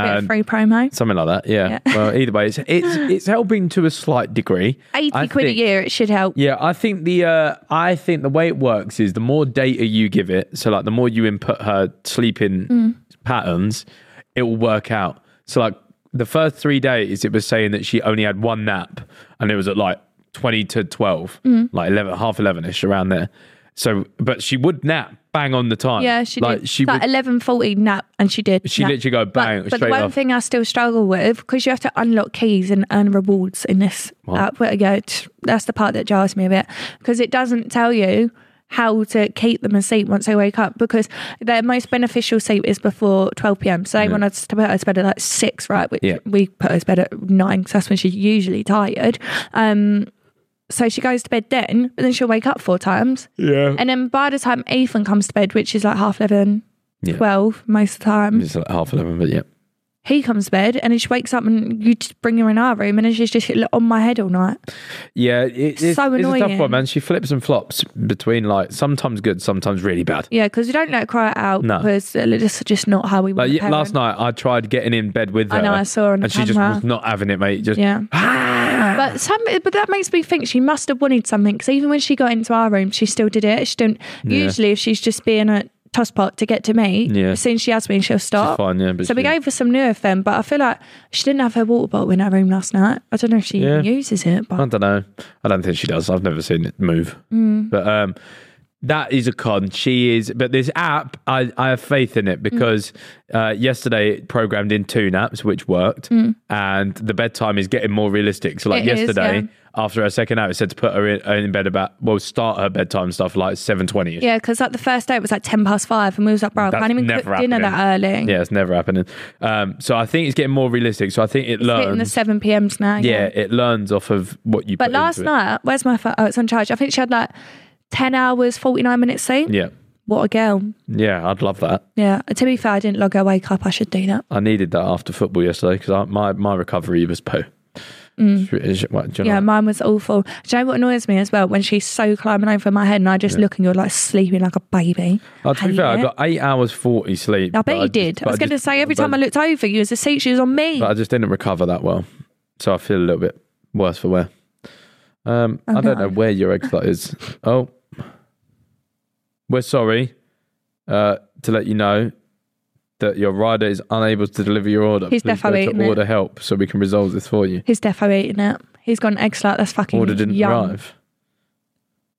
[SPEAKER 3] of
[SPEAKER 2] and
[SPEAKER 3] free promo,
[SPEAKER 2] something like that. Yeah.
[SPEAKER 3] Yeah.
[SPEAKER 2] Well, either way, it's it's it's helping to a slight degree.
[SPEAKER 3] eighty
[SPEAKER 2] I
[SPEAKER 3] quid
[SPEAKER 2] think-
[SPEAKER 3] a year. It should help.
[SPEAKER 2] Yeah, I think the uh, I think the way it works is the more data you give it, so like the more you input her sleeping
[SPEAKER 3] Mm.
[SPEAKER 2] patterns, it will work out. So like the first three days, it was saying that she only had one nap, and it was at like twenty to twelve,
[SPEAKER 3] Mm.
[SPEAKER 2] like eleven, half eleven ish around there. So, but she would nap bang on the time.
[SPEAKER 3] Yeah, she
[SPEAKER 2] like
[SPEAKER 3] did.
[SPEAKER 2] she
[SPEAKER 3] It's like
[SPEAKER 2] would-
[SPEAKER 3] eleven forty nap, and she did.
[SPEAKER 2] She
[SPEAKER 3] nap.
[SPEAKER 2] literally go bang,
[SPEAKER 3] But, but the
[SPEAKER 2] straight
[SPEAKER 3] one
[SPEAKER 2] off.
[SPEAKER 3] thing I still struggle with because you have to unlock keys and earn rewards in this app. But yeah, it's- that's the part that jars me a bit because it doesn't tell you how to keep them asleep once they wake up because their most beneficial sleep is before 12 p.m. So they want us to put her to bed at like six, right? Which
[SPEAKER 2] Yeah.
[SPEAKER 3] we put her to bed at nine because that's when she's usually tired. Um, so she goes to bed then, but then she'll wake up four times.
[SPEAKER 2] yeah.
[SPEAKER 3] And then by the time Ethan comes to bed, which is like half 11,
[SPEAKER 2] Yeah.
[SPEAKER 3] 12 most of the time,
[SPEAKER 2] It's like half eleven, but yeah.
[SPEAKER 3] he comes to bed and then she wakes up and you just bring her in our room and then she's just on my head all night.
[SPEAKER 2] Yeah, it, it's, it's
[SPEAKER 3] so
[SPEAKER 2] a tough one,
[SPEAKER 3] annoying.
[SPEAKER 2] man. She flips and flops between like sometimes good, sometimes really bad.
[SPEAKER 3] Yeah, because we don't let her cry out
[SPEAKER 2] No.
[SPEAKER 3] because it's just not how we
[SPEAKER 2] Like
[SPEAKER 3] want
[SPEAKER 2] yeah,
[SPEAKER 3] to
[SPEAKER 2] last night, I tried getting in bed with her.
[SPEAKER 3] I know, I saw on
[SPEAKER 2] and she just
[SPEAKER 3] camera.
[SPEAKER 2] was not having it, mate. Just
[SPEAKER 3] Yeah. but some, but that makes me think she must have wanted something because even when she got into our room, she still did it. She didn't. Usually, if she's just being a tosspot to get to me,
[SPEAKER 2] Yeah.
[SPEAKER 3] as soon as she has me, she'll stop.
[SPEAKER 2] fine, yeah, but
[SPEAKER 3] so we
[SPEAKER 2] she-
[SPEAKER 3] gave her some Nurofen, but I feel like she didn't have her water bottle in her room last night. I don't know if she even
[SPEAKER 2] Yeah.
[SPEAKER 3] uses it,
[SPEAKER 2] I
[SPEAKER 3] but
[SPEAKER 2] don't know. I don't think she does. I've never seen it move.
[SPEAKER 3] Mm.
[SPEAKER 2] But um, that is a con. She is, but this app, I, I have faith in
[SPEAKER 3] Mm.
[SPEAKER 2] it because uh, yesterday it programmed in two naps, which worked, and the bedtime is getting more realistic. So, like
[SPEAKER 3] Mm. It is,
[SPEAKER 2] yesterday,
[SPEAKER 3] yeah.
[SPEAKER 2] after her second nap, it said to put her in, in bed about well, start her bedtime stuff like seven twenty.
[SPEAKER 3] yeah, because like the first day it was like ten past five, and we was like, bro, I
[SPEAKER 2] That's
[SPEAKER 3] can't even cook
[SPEAKER 2] never
[SPEAKER 3] dinner that
[SPEAKER 2] happening.
[SPEAKER 3] early.
[SPEAKER 2] Yeah, it's never happening. Um, so I think it's getting more realistic. So I think it
[SPEAKER 3] it's hitting the
[SPEAKER 2] learns.
[SPEAKER 3] seven p.m.s now.
[SPEAKER 2] yeah, it learns off of what you.
[SPEAKER 3] But
[SPEAKER 2] put into
[SPEAKER 3] last
[SPEAKER 2] it.
[SPEAKER 3] night, where's my phone? Oh, it's on charge. I think she had like ten hours, forty nine minutes sleep.
[SPEAKER 2] Yeah,
[SPEAKER 3] What a girl.
[SPEAKER 2] yeah, I'd love that.
[SPEAKER 3] Yeah. uh, To be fair, I didn't log her wake up. I should do that.
[SPEAKER 2] I needed that after football yesterday because my my recovery was poo. Is- is- what, do you know
[SPEAKER 3] Mm. Yeah,
[SPEAKER 2] what?
[SPEAKER 3] mine was awful. Do you know what annoys me as well? When she's so climbing over my head and I just look and you're like sleeping like a baby.
[SPEAKER 2] Oh, to be
[SPEAKER 3] Hate
[SPEAKER 2] fair, I
[SPEAKER 3] it.
[SPEAKER 2] got eight hours forty sleep.
[SPEAKER 3] I
[SPEAKER 2] but
[SPEAKER 3] bet you
[SPEAKER 2] just-
[SPEAKER 3] did.
[SPEAKER 2] but
[SPEAKER 3] I was going to
[SPEAKER 2] just-
[SPEAKER 3] say, every
[SPEAKER 2] but-
[SPEAKER 3] time I looked over you as a seat, she was on me.
[SPEAKER 2] but I just didn't recover that well, so I feel a little bit worse for wear. Um,
[SPEAKER 3] Oh,
[SPEAKER 2] I don't know where your egg slot is. Oh, we're sorry uh, to let you know that your rider is unable to deliver your order.
[SPEAKER 3] He's
[SPEAKER 2] Please go
[SPEAKER 3] defo eating
[SPEAKER 2] to
[SPEAKER 3] it.
[SPEAKER 2] order help so we can resolve this for you.
[SPEAKER 3] He's defo eating it. He's gone egg slut. That's fucking
[SPEAKER 2] Order didn't
[SPEAKER 3] yum.
[SPEAKER 2] arrive.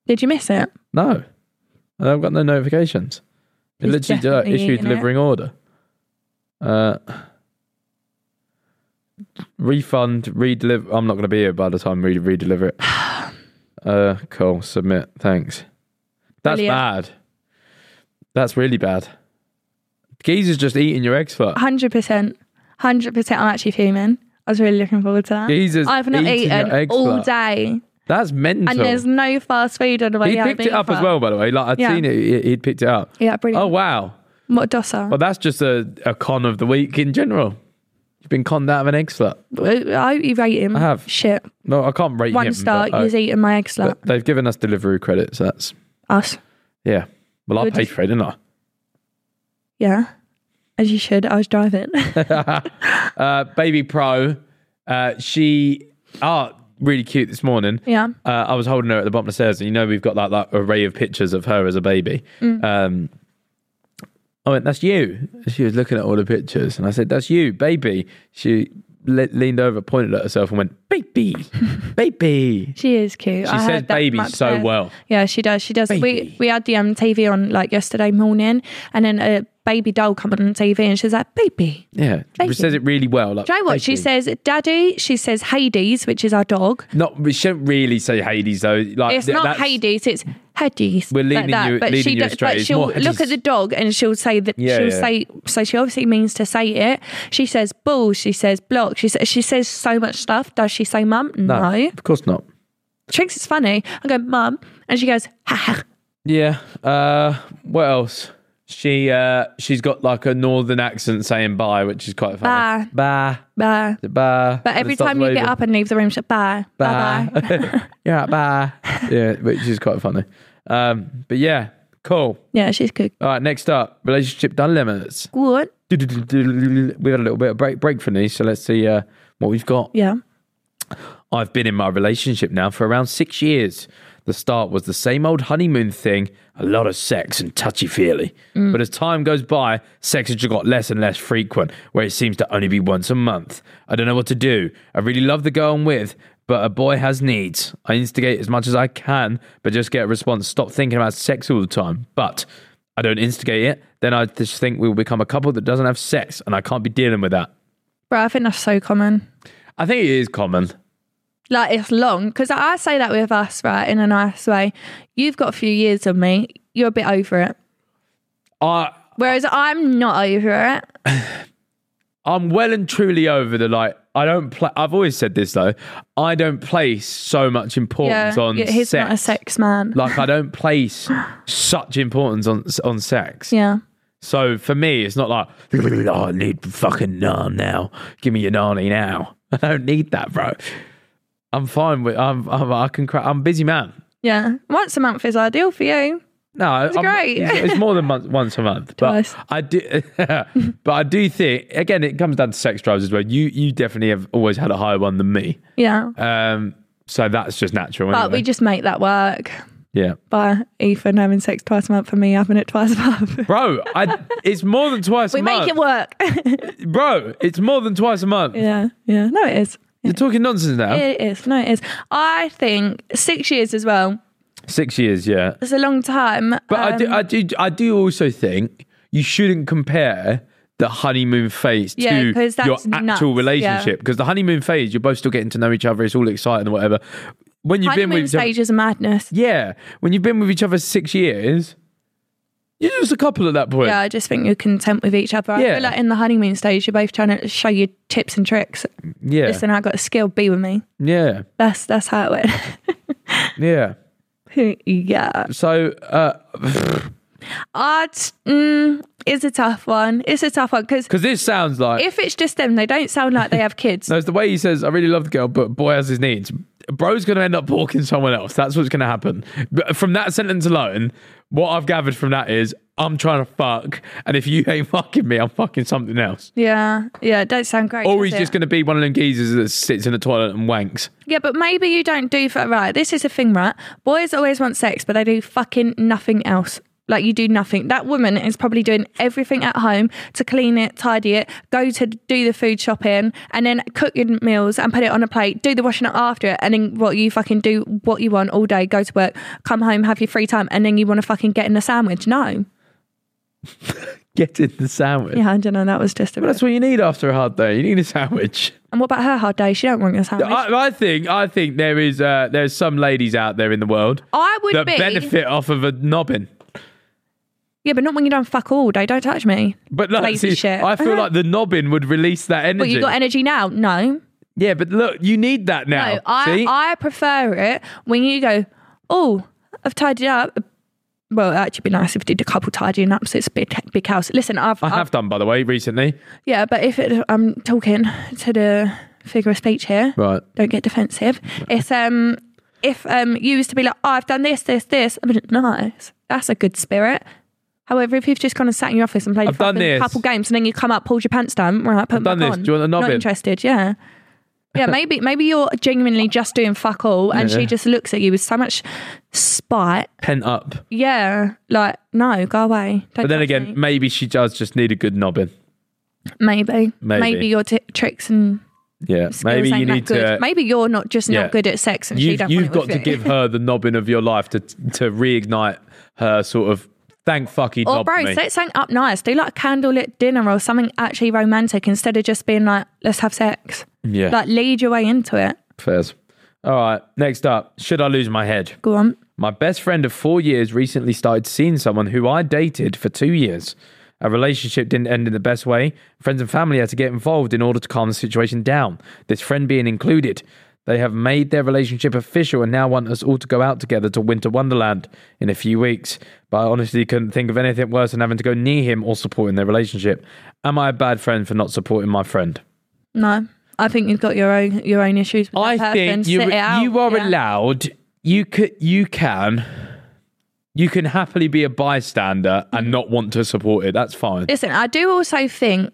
[SPEAKER 3] Did you miss it?
[SPEAKER 2] No, and I've got no notifications. It
[SPEAKER 3] He's
[SPEAKER 2] literally just
[SPEAKER 3] definitely
[SPEAKER 2] issued
[SPEAKER 3] eating it.
[SPEAKER 2] delivering order. Uh, refund, redeliver. I'm not going to be here by the time we redeliver it. Uh, cool. Submit. Thanks. That's
[SPEAKER 3] Brilliant.
[SPEAKER 2] bad. That's really bad. Geezer's just eating your eggs foot.
[SPEAKER 3] 100%. 100%. I'm actually fuming. I was really looking forward to that.
[SPEAKER 2] Jesus,
[SPEAKER 3] I've not
[SPEAKER 2] eating your
[SPEAKER 3] eaten
[SPEAKER 2] egg
[SPEAKER 3] all
[SPEAKER 2] slut.
[SPEAKER 3] day.
[SPEAKER 2] That's mental.
[SPEAKER 3] And there's no fast food on the way
[SPEAKER 2] he
[SPEAKER 3] out
[SPEAKER 2] picked it up as
[SPEAKER 3] either.
[SPEAKER 2] well, by the way. Like I'd
[SPEAKER 3] Yeah.
[SPEAKER 2] seen it, he- he'd picked it up.
[SPEAKER 3] Yeah, brilliant.
[SPEAKER 2] Oh wow.
[SPEAKER 3] What dosa?
[SPEAKER 2] Well, that's just a, a con of the week in general. You've been conned out of an egg slut.
[SPEAKER 3] I hope you rate him.
[SPEAKER 2] I have.
[SPEAKER 3] Shit.
[SPEAKER 2] No, I can't rate
[SPEAKER 3] One
[SPEAKER 2] him,
[SPEAKER 3] star.
[SPEAKER 2] but I-
[SPEAKER 3] He's eating my egg slut.
[SPEAKER 2] but they've given us delivery credits. That's
[SPEAKER 3] Us.
[SPEAKER 2] yeah. Well, I
[SPEAKER 3] You're
[SPEAKER 2] paid
[SPEAKER 3] just-
[SPEAKER 2] for it, didn't I?
[SPEAKER 3] Yeah. As you should. I was driving.
[SPEAKER 2] Uh, Baby Pro, uh, she ah really cute this morning.
[SPEAKER 3] Yeah.
[SPEAKER 2] Uh, I was holding her at the bottom of the stairs, and you know we've got like that array of pictures of her as a baby.
[SPEAKER 3] Mm.
[SPEAKER 2] Um, I went, "That's you." She was looking at all the pictures, and I said, "That's you, baby." She le- leaned over, pointed at herself, and went, "Baby, baby."
[SPEAKER 3] she is cute.
[SPEAKER 2] She
[SPEAKER 3] I heard
[SPEAKER 2] says
[SPEAKER 3] that from
[SPEAKER 2] baby so
[SPEAKER 3] upstairs.
[SPEAKER 2] well.
[SPEAKER 3] Yeah, she does. She does.
[SPEAKER 2] Baby.
[SPEAKER 3] We we had the um, TV on like yesterday morning, and then a baby doll coming on TV and she's like, baby.
[SPEAKER 2] Yeah,
[SPEAKER 3] Thank
[SPEAKER 2] she says
[SPEAKER 3] you.
[SPEAKER 2] it really well. Like,
[SPEAKER 3] Do you know what? She
[SPEAKER 2] basically.
[SPEAKER 3] says, daddy. She says Hades, which is our dog.
[SPEAKER 2] not. We shouldn't really say Hades though. Like
[SPEAKER 3] It's
[SPEAKER 2] th-
[SPEAKER 3] not
[SPEAKER 2] Uh, that's-
[SPEAKER 3] Hades, it's Hades.
[SPEAKER 2] We're leading
[SPEAKER 3] like that.
[SPEAKER 2] you-
[SPEAKER 3] but
[SPEAKER 2] leading
[SPEAKER 3] she
[SPEAKER 2] you
[SPEAKER 3] do-
[SPEAKER 2] astray.
[SPEAKER 3] But
[SPEAKER 2] It's
[SPEAKER 3] she'll
[SPEAKER 2] more
[SPEAKER 3] look
[SPEAKER 2] Hades.
[SPEAKER 3] at the dog and she'll say that
[SPEAKER 2] Yeah,
[SPEAKER 3] she'll
[SPEAKER 2] yeah.
[SPEAKER 3] say so she obviously means to say it. She says bull, she says block, she says she says so much stuff. Does she say mum? No.
[SPEAKER 2] No, of course not.
[SPEAKER 3] Tricks is funny. I go, Mum and she goes, ha ha.
[SPEAKER 2] Yeah. Uh, what else? She uh, she's got like a northern accent saying bye, which is quite funny. Bye.
[SPEAKER 3] Bye.
[SPEAKER 2] Bye. Bye.
[SPEAKER 3] But every time you get up and leave the room, she's like, bye. Bye bye.
[SPEAKER 2] You're right, bye. yeah, which is quite funny. Um, but yeah, cool.
[SPEAKER 3] Yeah, she's good.
[SPEAKER 2] All right, next up, relationship dilemmas.
[SPEAKER 3] Good.
[SPEAKER 2] We've had a little bit of break break from these, so let's see uh, what we've got.
[SPEAKER 3] Yeah.
[SPEAKER 2] I've been in my relationship now for around six years. The start was the same old honeymoon thing, a lot of sex and touchy feely. But as time goes by, sex has just got less and less frequent, where it seems to only be once a month. I don't know what to do. I really love the girl I'm with, but a boy has needs. I instigate as much as I can, but just get a response stop thinking about sex all the time. But I don't instigate it, then I just think we'll become a couple that doesn't have sex, and I can't be dealing with that.
[SPEAKER 3] Bro, I think that's so common.
[SPEAKER 2] I think it is common.
[SPEAKER 3] like it's long because I say that with us, right? In a nice way, you've got a few years on me. You're a bit over it,
[SPEAKER 2] I.
[SPEAKER 3] whereas I'm not over it.
[SPEAKER 2] I'm well and truly over the like. I don't play. I've always said this though. I don't place so much
[SPEAKER 3] Yeah,
[SPEAKER 2] importance on
[SPEAKER 3] yeah, he's
[SPEAKER 2] sex.
[SPEAKER 3] not a sex man.
[SPEAKER 2] Like I don't place such importance on on sex.
[SPEAKER 3] yeah,
[SPEAKER 2] So for me, it's not like "Oh, I need fucking none now. Give me your nanny now. I don't need that, bro. I'm fine with. I'm. I'm I can. Cra- I'm a busy man.
[SPEAKER 3] yeah. Once a month is ideal for you.
[SPEAKER 2] No, it's
[SPEAKER 3] great.
[SPEAKER 2] It's, it's more than month, once a month.
[SPEAKER 3] Twice.
[SPEAKER 2] But I do, but I do think again it comes down to sex drives as well. You you definitely have always had a higher one than me.
[SPEAKER 3] Yeah,
[SPEAKER 2] Um, so that's just natural.
[SPEAKER 3] but
[SPEAKER 2] anyway.
[SPEAKER 3] we just make that work
[SPEAKER 2] yeah,
[SPEAKER 3] by Ethan having sex twice a month for me having it twice a month.
[SPEAKER 2] bro. I it's more than twice.
[SPEAKER 3] we
[SPEAKER 2] a month.
[SPEAKER 3] make it work.
[SPEAKER 2] bro. It's more than twice a month.
[SPEAKER 3] yeah, yeah. No, it is.
[SPEAKER 2] You're talking nonsense now.
[SPEAKER 3] It is. No, it is. I think six years as well.
[SPEAKER 2] Six years, yeah.
[SPEAKER 3] It's a long time. Um,
[SPEAKER 2] But I do, I do, I do also think you shouldn't compare the honeymoon phase
[SPEAKER 3] Yeah,
[SPEAKER 2] to
[SPEAKER 3] 'cause
[SPEAKER 2] your
[SPEAKER 3] that's
[SPEAKER 2] actual
[SPEAKER 3] nuts,
[SPEAKER 2] relationship. Because the honeymoon phase, you're both still getting to know each other. It's all exciting and whatever. When you've been
[SPEAKER 3] honeymoon
[SPEAKER 2] with each other,
[SPEAKER 3] stage is madness.
[SPEAKER 2] yeah, when you've been with each other six years, you're just a couple at that point.
[SPEAKER 3] Yeah, I just think you're content with each other. I
[SPEAKER 2] Yeah.
[SPEAKER 3] feel like in the honeymoon stage, you're both trying to show your tips and tricks.
[SPEAKER 2] yeah,
[SPEAKER 3] Listen, I got a skill. Be with me.
[SPEAKER 2] yeah,
[SPEAKER 3] That's that's how it
[SPEAKER 2] yeah.
[SPEAKER 3] went. yeah,
[SPEAKER 2] So, uh,
[SPEAKER 3] art mm, is a tough one. It's a tough one because
[SPEAKER 2] because this sounds like
[SPEAKER 3] if it's just them, they don't sound like they have kids.
[SPEAKER 2] no, it's the way he says, "I really love the girl, but boy has his needs." Bro's going to end up balking someone else. That's what's going to happen. But from that sentence alone, what I've gathered from that is, I'm trying to fuck, and if you ain't fucking me, I'm fucking something else.
[SPEAKER 3] Yeah, yeah, it don't sound great.
[SPEAKER 2] Or
[SPEAKER 3] does
[SPEAKER 2] he's just
[SPEAKER 3] it?
[SPEAKER 2] going to be one of them geezers that sits in the toilet and wanks.
[SPEAKER 3] Yeah, but maybe you don't do for right. This is the thing, right? Boys always want sex, but they do fucking nothing else. Like you do nothing. That woman is probably doing everything at home to clean it, tidy it, go to do the food shopping, and then cook your meals and put it on a plate. Do the washing up after it, and then what you fucking do what you want all day. Go to work, come home, have your free time, and then you want to fucking get in a sandwich. No,
[SPEAKER 2] Get in the sandwich.
[SPEAKER 3] yeah, I don't know. That was just a.
[SPEAKER 2] But
[SPEAKER 3] Bit.
[SPEAKER 2] that's what you need after a hard day. You need a sandwich.
[SPEAKER 3] And what about her hard day? She don't want a sandwich. I,
[SPEAKER 2] I, I think I think there is uh, there's some ladies out there in the world
[SPEAKER 3] would
[SPEAKER 2] that
[SPEAKER 3] be
[SPEAKER 2] benefit off of a nobbin.
[SPEAKER 3] yeah, but not when you don't fuck all day. Don't touch me.
[SPEAKER 2] But like,
[SPEAKER 3] Lazy
[SPEAKER 2] see,
[SPEAKER 3] shit. Uh-huh.
[SPEAKER 2] I feel like the nobbin would release that energy.
[SPEAKER 3] Well, you got energy now? No.
[SPEAKER 2] Yeah, but look, you need that now.
[SPEAKER 3] No, I
[SPEAKER 2] See?
[SPEAKER 3] I prefer it when you go, oh, I've tidied up. Well, it'd actually be nice if you did a couple tidying up, so it's a big, big house. Listen, I've,
[SPEAKER 2] I
[SPEAKER 3] I've
[SPEAKER 2] have done, by the way, recently.
[SPEAKER 3] yeah, but if it, I'm talking to the figure of speech here,
[SPEAKER 2] Right.
[SPEAKER 3] don't get defensive. It's um, if um, you used to be like, oh, I've done this, this, this, I mean, nice. That's a good spirit. However, if you've just gone and sat in your office and played
[SPEAKER 2] I've done
[SPEAKER 3] fucking a
[SPEAKER 2] this.
[SPEAKER 3] couple games, and then you come up, pulled your pants down, right, put them
[SPEAKER 2] done
[SPEAKER 3] back
[SPEAKER 2] this.
[SPEAKER 3] on.
[SPEAKER 2] Do you want a
[SPEAKER 3] Not
[SPEAKER 2] nobbin?
[SPEAKER 3] interested. Yeah. Yeah, maybe maybe you're genuinely just doing fuck all, and she just looks at you with so much spite.
[SPEAKER 2] Pent up.
[SPEAKER 3] Yeah, like no, go away. Don't
[SPEAKER 2] But then
[SPEAKER 3] touch
[SPEAKER 2] again,
[SPEAKER 3] me.
[SPEAKER 2] maybe she does just need a good nobbin.
[SPEAKER 3] maybe
[SPEAKER 2] maybe.
[SPEAKER 3] your t- tricks and
[SPEAKER 2] Yeah.
[SPEAKER 3] skills
[SPEAKER 2] Maybe
[SPEAKER 3] ain't
[SPEAKER 2] you
[SPEAKER 3] that
[SPEAKER 2] need
[SPEAKER 3] good.
[SPEAKER 2] to.
[SPEAKER 3] Maybe you're not just
[SPEAKER 2] Yeah.
[SPEAKER 3] not good at sex, and she
[SPEAKER 2] You've,
[SPEAKER 3] don't
[SPEAKER 2] you've
[SPEAKER 3] want
[SPEAKER 2] got
[SPEAKER 3] it
[SPEAKER 2] to
[SPEAKER 3] with you.
[SPEAKER 2] give her the nobbin of your life to to reignite her sort of Thank fuck he
[SPEAKER 3] Or
[SPEAKER 2] dobbed
[SPEAKER 3] bro,
[SPEAKER 2] me.
[SPEAKER 3] set something up nice. Do like a candlelit dinner or something actually romantic instead of just being like, let's have sex.
[SPEAKER 2] yeah,
[SPEAKER 3] Like lead your way into it.
[SPEAKER 2] fairs. All right, next up, should I lose my head?
[SPEAKER 3] Go on.
[SPEAKER 2] My best friend of four years recently started seeing someone who I dated for two years. Our relationship didn't end in the best way. Friends and family had to get involved in order to calm the situation down, this friend being included. They have made their relationship official and now want us all to go out together to Winter Wonderland in a few weeks. But I honestly couldn't think of anything worse than having to go near him or supporting their relationship. Am I a bad friend for not supporting my friend?
[SPEAKER 3] No. I think you've got your own your own issues with that
[SPEAKER 2] I
[SPEAKER 3] person.
[SPEAKER 2] think you
[SPEAKER 3] Sit it out.
[SPEAKER 2] you are
[SPEAKER 3] Yeah.
[SPEAKER 2] allowed. You could you can you can happily be a bystander and not want to support it. That's fine.
[SPEAKER 3] Listen, I do also think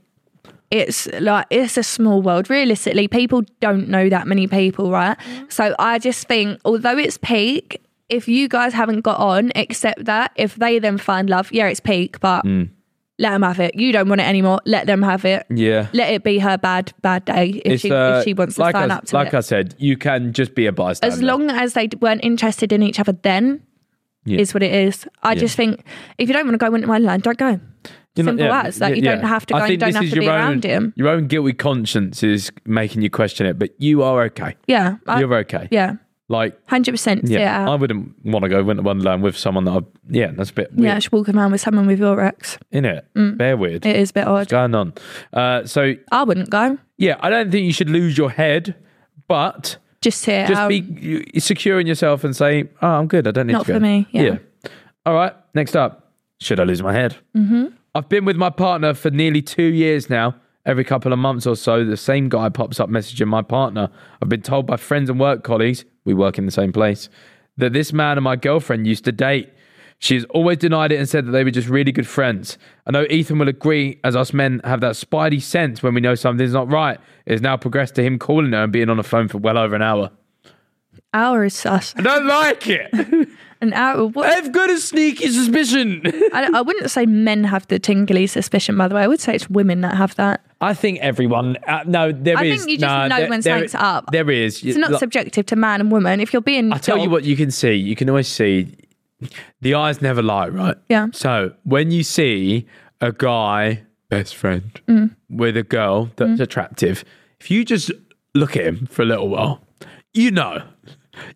[SPEAKER 3] it's like it's a small world. Realistically, people don't know that many people, right?
[SPEAKER 2] Mm-hmm.
[SPEAKER 3] So I just think, although it's peak, if you guys haven't got on, accept that. If they then find love, yeah, it's peak, but
[SPEAKER 2] Mm.
[SPEAKER 3] let them have it. You don't want it anymore. Let them have it.
[SPEAKER 2] yeah.
[SPEAKER 3] Let it be her bad bad day if, she,
[SPEAKER 2] uh,
[SPEAKER 3] if she wants to
[SPEAKER 2] like
[SPEAKER 3] sign
[SPEAKER 2] I,
[SPEAKER 3] up to
[SPEAKER 2] like
[SPEAKER 3] it.
[SPEAKER 2] I said, you can just be a bystander.
[SPEAKER 3] as long as they weren't interested in each other, then
[SPEAKER 2] Yeah.
[SPEAKER 3] is what it is. I just think if you don't want to go into Wonderland, don't go.
[SPEAKER 2] You're not-
[SPEAKER 3] simple as that. You don't have to
[SPEAKER 2] I
[SPEAKER 3] go and
[SPEAKER 2] think
[SPEAKER 3] don't
[SPEAKER 2] this
[SPEAKER 3] have
[SPEAKER 2] is
[SPEAKER 3] to be
[SPEAKER 2] your own-
[SPEAKER 3] around him.
[SPEAKER 2] Your own guilty conscience is making you question it, but you are okay.
[SPEAKER 3] Yeah. I-
[SPEAKER 2] You're okay.
[SPEAKER 3] Yeah.
[SPEAKER 2] Like
[SPEAKER 3] Hundred percent.
[SPEAKER 2] yeah,
[SPEAKER 3] Yeah.
[SPEAKER 2] I
[SPEAKER 3] Yeah.
[SPEAKER 2] wouldn't want to go Winter Wonderland with someone that I yeah, that's a bit weird,
[SPEAKER 3] just walking around with someone with your ex.
[SPEAKER 2] isn't it?
[SPEAKER 3] Mm.
[SPEAKER 2] Bear weird.
[SPEAKER 3] It is a bit odd.
[SPEAKER 2] What's going on? Uh, so
[SPEAKER 3] I wouldn't go.
[SPEAKER 2] Yeah, I don't think you should lose your head, but
[SPEAKER 3] Just here.
[SPEAKER 2] just be you- secure in yourself and say, "Oh, I'm good. I don't need
[SPEAKER 3] um, Not
[SPEAKER 2] to go."
[SPEAKER 3] for me, yeah.
[SPEAKER 2] All right. Next up, should I lose my head? Mm-hmm. I've been with my partner for nearly two years now. Every couple of months or so, the same guy pops up messaging my partner. I've been told by friends and work colleagues we work in the same place that this man and my girlfriend used to date. She has always denied it and said that they were just really good friends. I know Ethan will agree, as us men have that spidey sense when we know something's not right. It has now progressed to him calling her and being on the phone for well over an hour.
[SPEAKER 3] hour is sus.
[SPEAKER 2] I don't like it.
[SPEAKER 3] An hour. What?
[SPEAKER 2] I've got a sneaky suspicion.
[SPEAKER 3] I, don't- I wouldn't say men have the tingly suspicion. By the way, I would say it's women that have that.
[SPEAKER 2] I think everyone. Uh, no, there is.
[SPEAKER 3] I think you just
[SPEAKER 2] no,
[SPEAKER 3] know
[SPEAKER 2] there-
[SPEAKER 3] when
[SPEAKER 2] there-
[SPEAKER 3] something's up.
[SPEAKER 2] There is.
[SPEAKER 3] It's not
[SPEAKER 2] Like,
[SPEAKER 3] subjective to man and woman. If you're being,
[SPEAKER 2] I tell you what, you can see. You can always see. The eyes never lie, right?
[SPEAKER 3] Yeah.
[SPEAKER 2] So when you see a guy, best friend,
[SPEAKER 3] Mm.
[SPEAKER 2] with a girl that's attractive, if you just look at him for a little while, you know.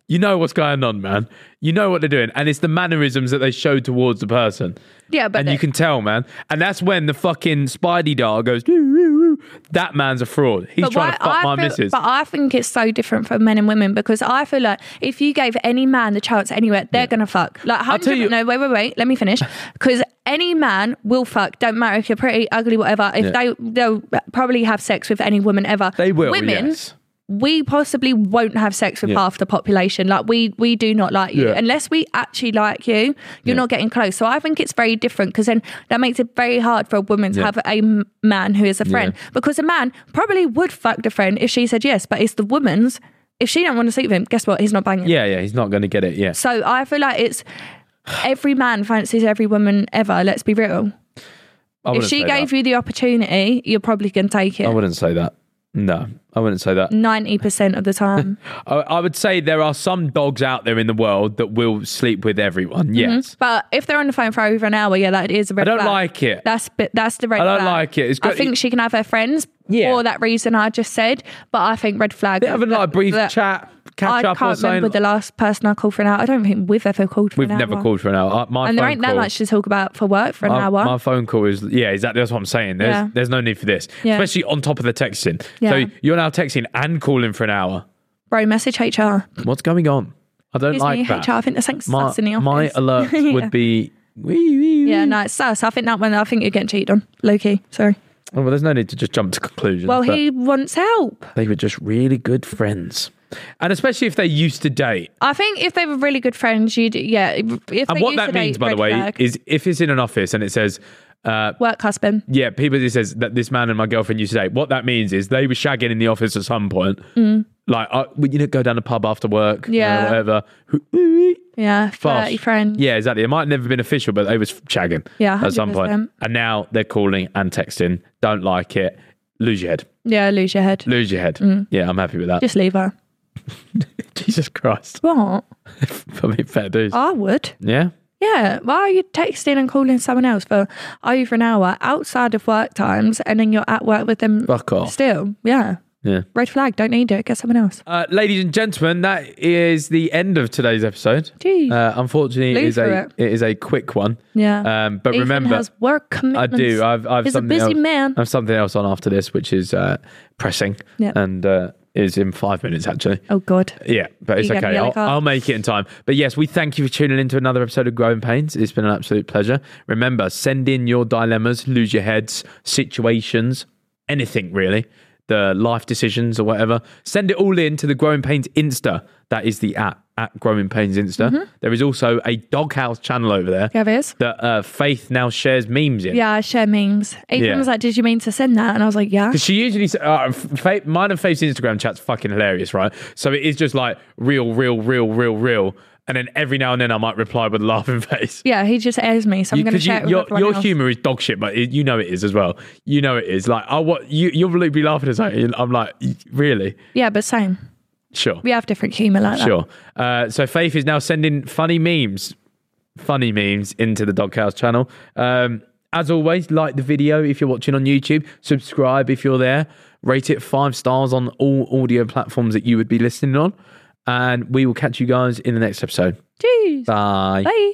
[SPEAKER 2] You know what's going on, man. You know what they're doing. And it's the mannerisms that they show towards the person.
[SPEAKER 3] Yeah, but
[SPEAKER 2] and you
[SPEAKER 3] it-
[SPEAKER 2] can tell, man. And that's when the fucking Spidey doll goes, "Woo, woo, woo." that man's a fraud. He's trying to
[SPEAKER 3] why-
[SPEAKER 2] fuck my
[SPEAKER 3] feel,
[SPEAKER 2] missus.
[SPEAKER 3] But I think it's so different for men and women because I feel like if you gave any man the chance anywhere, they're gonna fuck. Like
[SPEAKER 2] tell
[SPEAKER 3] hundred.
[SPEAKER 2] you-
[SPEAKER 3] No, wait, wait, wait. Let me finish. Because any man will fuck. Don't matter if you're pretty, ugly, whatever. If they they'll probably have sex with any woman ever.
[SPEAKER 2] They will,
[SPEAKER 3] Women.
[SPEAKER 2] yes.
[SPEAKER 3] We possibly won't have sex with half the population. Like we, we do not like you
[SPEAKER 2] Yeah.
[SPEAKER 3] unless we actually like you. You're not getting close. So I think it's very different because then that makes it very hard for a woman to have a m- man who is a friend because a man probably would fuck the friend if she said yes, but it's the woman's. If she don't want to sleep with him, guess what? He's not banging.
[SPEAKER 2] yeah, yeah, he's not going to get it. Yeah.
[SPEAKER 3] So I feel like it's every man fancies every woman ever. Let's be real.
[SPEAKER 2] I
[SPEAKER 3] If
[SPEAKER 2] wouldn't
[SPEAKER 3] she
[SPEAKER 2] say that.
[SPEAKER 3] gave you the opportunity, you're probably going to take
[SPEAKER 2] I
[SPEAKER 3] it.
[SPEAKER 2] wouldn't say that. No, I wouldn't say that.
[SPEAKER 3] Ninety percent of the time.
[SPEAKER 2] I, I would say there are some dogs out there in the world that will sleep with
[SPEAKER 3] Mm-hmm.
[SPEAKER 2] everyone. Yes.
[SPEAKER 3] But if they're on the phone for over an hour, yeah, that is a red
[SPEAKER 2] I don't
[SPEAKER 3] flag.
[SPEAKER 2] like it.
[SPEAKER 3] That's bi- that's the red.
[SPEAKER 2] I don't
[SPEAKER 3] flag.
[SPEAKER 2] like it. It's
[SPEAKER 3] I
[SPEAKER 2] got-
[SPEAKER 3] think she can have her friends
[SPEAKER 2] Yeah.
[SPEAKER 3] for that reason I just said. But I think red flag.
[SPEAKER 2] They're having like a brief
[SPEAKER 3] that-
[SPEAKER 2] chat, catch
[SPEAKER 3] I
[SPEAKER 2] up or
[SPEAKER 3] can't
[SPEAKER 2] something.
[SPEAKER 3] remember the last person I called for an hour. I don't think we've ever called for
[SPEAKER 2] We've
[SPEAKER 3] an
[SPEAKER 2] never
[SPEAKER 3] hour.
[SPEAKER 2] called for an hour. Uh, My
[SPEAKER 3] and there
[SPEAKER 2] phone
[SPEAKER 3] ain't
[SPEAKER 2] call,
[SPEAKER 3] that much to talk about for work for an
[SPEAKER 2] my,
[SPEAKER 3] hour.
[SPEAKER 2] my phone call is yeah, exactly. That's what I'm saying. There's
[SPEAKER 3] Yeah.
[SPEAKER 2] there's no need for this,
[SPEAKER 3] Yeah.
[SPEAKER 2] especially on top of the texting.
[SPEAKER 3] Yeah.
[SPEAKER 2] So you're now texting and calling for an hour.
[SPEAKER 3] Bro, message HR.
[SPEAKER 2] What's going on? I don't
[SPEAKER 3] Excuse
[SPEAKER 2] like
[SPEAKER 3] me,
[SPEAKER 2] that.
[SPEAKER 3] HR. I think there's something
[SPEAKER 2] my,
[SPEAKER 3] sus in the office.
[SPEAKER 2] my alerts would be. Wee, wee,
[SPEAKER 3] Yeah,
[SPEAKER 2] wee.
[SPEAKER 3] no, it's sus. I think that one. I think you're getting cheated on, low key. Sorry.
[SPEAKER 2] Oh, well, there's no need to just jump to conclusions.
[SPEAKER 3] Well,
[SPEAKER 2] but-
[SPEAKER 3] he wants help.
[SPEAKER 2] They were just really good friends. And especially if they used to date.
[SPEAKER 3] I think if they were really good friends, you'd yeah. If
[SPEAKER 2] And
[SPEAKER 3] they
[SPEAKER 2] what
[SPEAKER 3] used to
[SPEAKER 2] that means,
[SPEAKER 3] date,
[SPEAKER 2] by the
[SPEAKER 3] red
[SPEAKER 2] way,
[SPEAKER 3] flag.
[SPEAKER 2] is if it's in an office and it says, uh,
[SPEAKER 3] work husband.
[SPEAKER 2] yeah, people, it says that this man and my girlfriend used to date. What that means is they were shagging in the office at some point. Like, uh, we- you know, go down the pub after work, you know,
[SPEAKER 3] Mm. Yeah.
[SPEAKER 2] whatever.
[SPEAKER 3] Yeah,
[SPEAKER 2] Fast.
[SPEAKER 3] flirty friend.
[SPEAKER 2] Yeah, exactly. It might have never been official, but they was shagging
[SPEAKER 3] Mm. Yeah,
[SPEAKER 2] at some point.
[SPEAKER 3] 100%.
[SPEAKER 2] And now they're calling and texting. Don't like it. Lose your head.
[SPEAKER 3] Yeah, lose your head.
[SPEAKER 2] Lose your head. Yeah, I'm happy with that.
[SPEAKER 3] Mm. Just leave her.
[SPEAKER 2] Jesus Christ.
[SPEAKER 3] What?
[SPEAKER 2] I mean, fair dues.
[SPEAKER 3] Oh. I would.
[SPEAKER 2] yeah.
[SPEAKER 3] Yeah, why are you texting and calling someone else for over an hour outside of work times and then you're at work with them
[SPEAKER 2] Fuck off.
[SPEAKER 3] still? Yeah.
[SPEAKER 2] Yeah.
[SPEAKER 3] Red flag, don't need it, get someone else.
[SPEAKER 2] Uh, ladies and gentlemen, that is the end of today's episode.
[SPEAKER 3] Gee.
[SPEAKER 2] Uh, unfortunately, it
[SPEAKER 3] Blew
[SPEAKER 2] is a
[SPEAKER 3] through it.
[SPEAKER 2] it is a quick one.
[SPEAKER 3] Yeah.
[SPEAKER 2] Um, but
[SPEAKER 3] Ethan
[SPEAKER 2] remember,
[SPEAKER 3] has work
[SPEAKER 2] I
[SPEAKER 3] commitments.
[SPEAKER 2] do. I've I've
[SPEAKER 3] He's a
[SPEAKER 2] something
[SPEAKER 3] busy
[SPEAKER 2] else,
[SPEAKER 3] man.
[SPEAKER 2] I've something else on after this, which is uh, pressing,
[SPEAKER 3] Yeah.
[SPEAKER 2] and uh, is in five minutes actually.
[SPEAKER 3] Oh, God.
[SPEAKER 2] Yeah, but it's
[SPEAKER 3] You get
[SPEAKER 2] okay.
[SPEAKER 3] the yellow
[SPEAKER 2] I'll,
[SPEAKER 3] card.
[SPEAKER 2] I'll make it in time. But yes, we thank you for tuning in to another episode of Growing Pains. It's been an absolute pleasure. Remember, send in your dilemmas, lose your heads, situations, anything really, the life decisions or whatever. Send it all in to the Growing Pains Insta. That is the app at Growing Pains Insta. There is also a Doghouse channel over there
[SPEAKER 3] Yeah, Mm-hmm. there is.
[SPEAKER 2] that uh, Faith now shares memes in.
[SPEAKER 3] Yeah, I share memes. Ethan
[SPEAKER 2] Yeah.
[SPEAKER 3] was like, Did you mean to send that? And I was like, Yeah.
[SPEAKER 2] Because she usually, s- uh, Faith, mine and Faith's Instagram chat's fucking hilarious, right? So it is just like real, real, real, real, real. And then every now and then I might reply with a laughing face.
[SPEAKER 3] Yeah, he just airs me, so I'm going to
[SPEAKER 2] Because
[SPEAKER 3] share it with
[SPEAKER 2] your,
[SPEAKER 3] everyone
[SPEAKER 2] your
[SPEAKER 3] else.
[SPEAKER 2] humor is dog shit, but it, you know it is as well. You know it is. Like, I what you, you'll really be laughing at something. and I'm like, "Y- really?
[SPEAKER 3] Yeah, but same.
[SPEAKER 2] Sure.
[SPEAKER 3] We have different humor like that.
[SPEAKER 2] Sure. Uh, so Faith is now sending funny memes, funny memes into the Doghouse channel. Um, as always, like the video if you're watching on YouTube, subscribe if you're there, rate it five stars on all audio platforms that you would be listening on, and we will catch you guys in the next episode.
[SPEAKER 3] Jeez.
[SPEAKER 2] Bye.
[SPEAKER 3] Bye.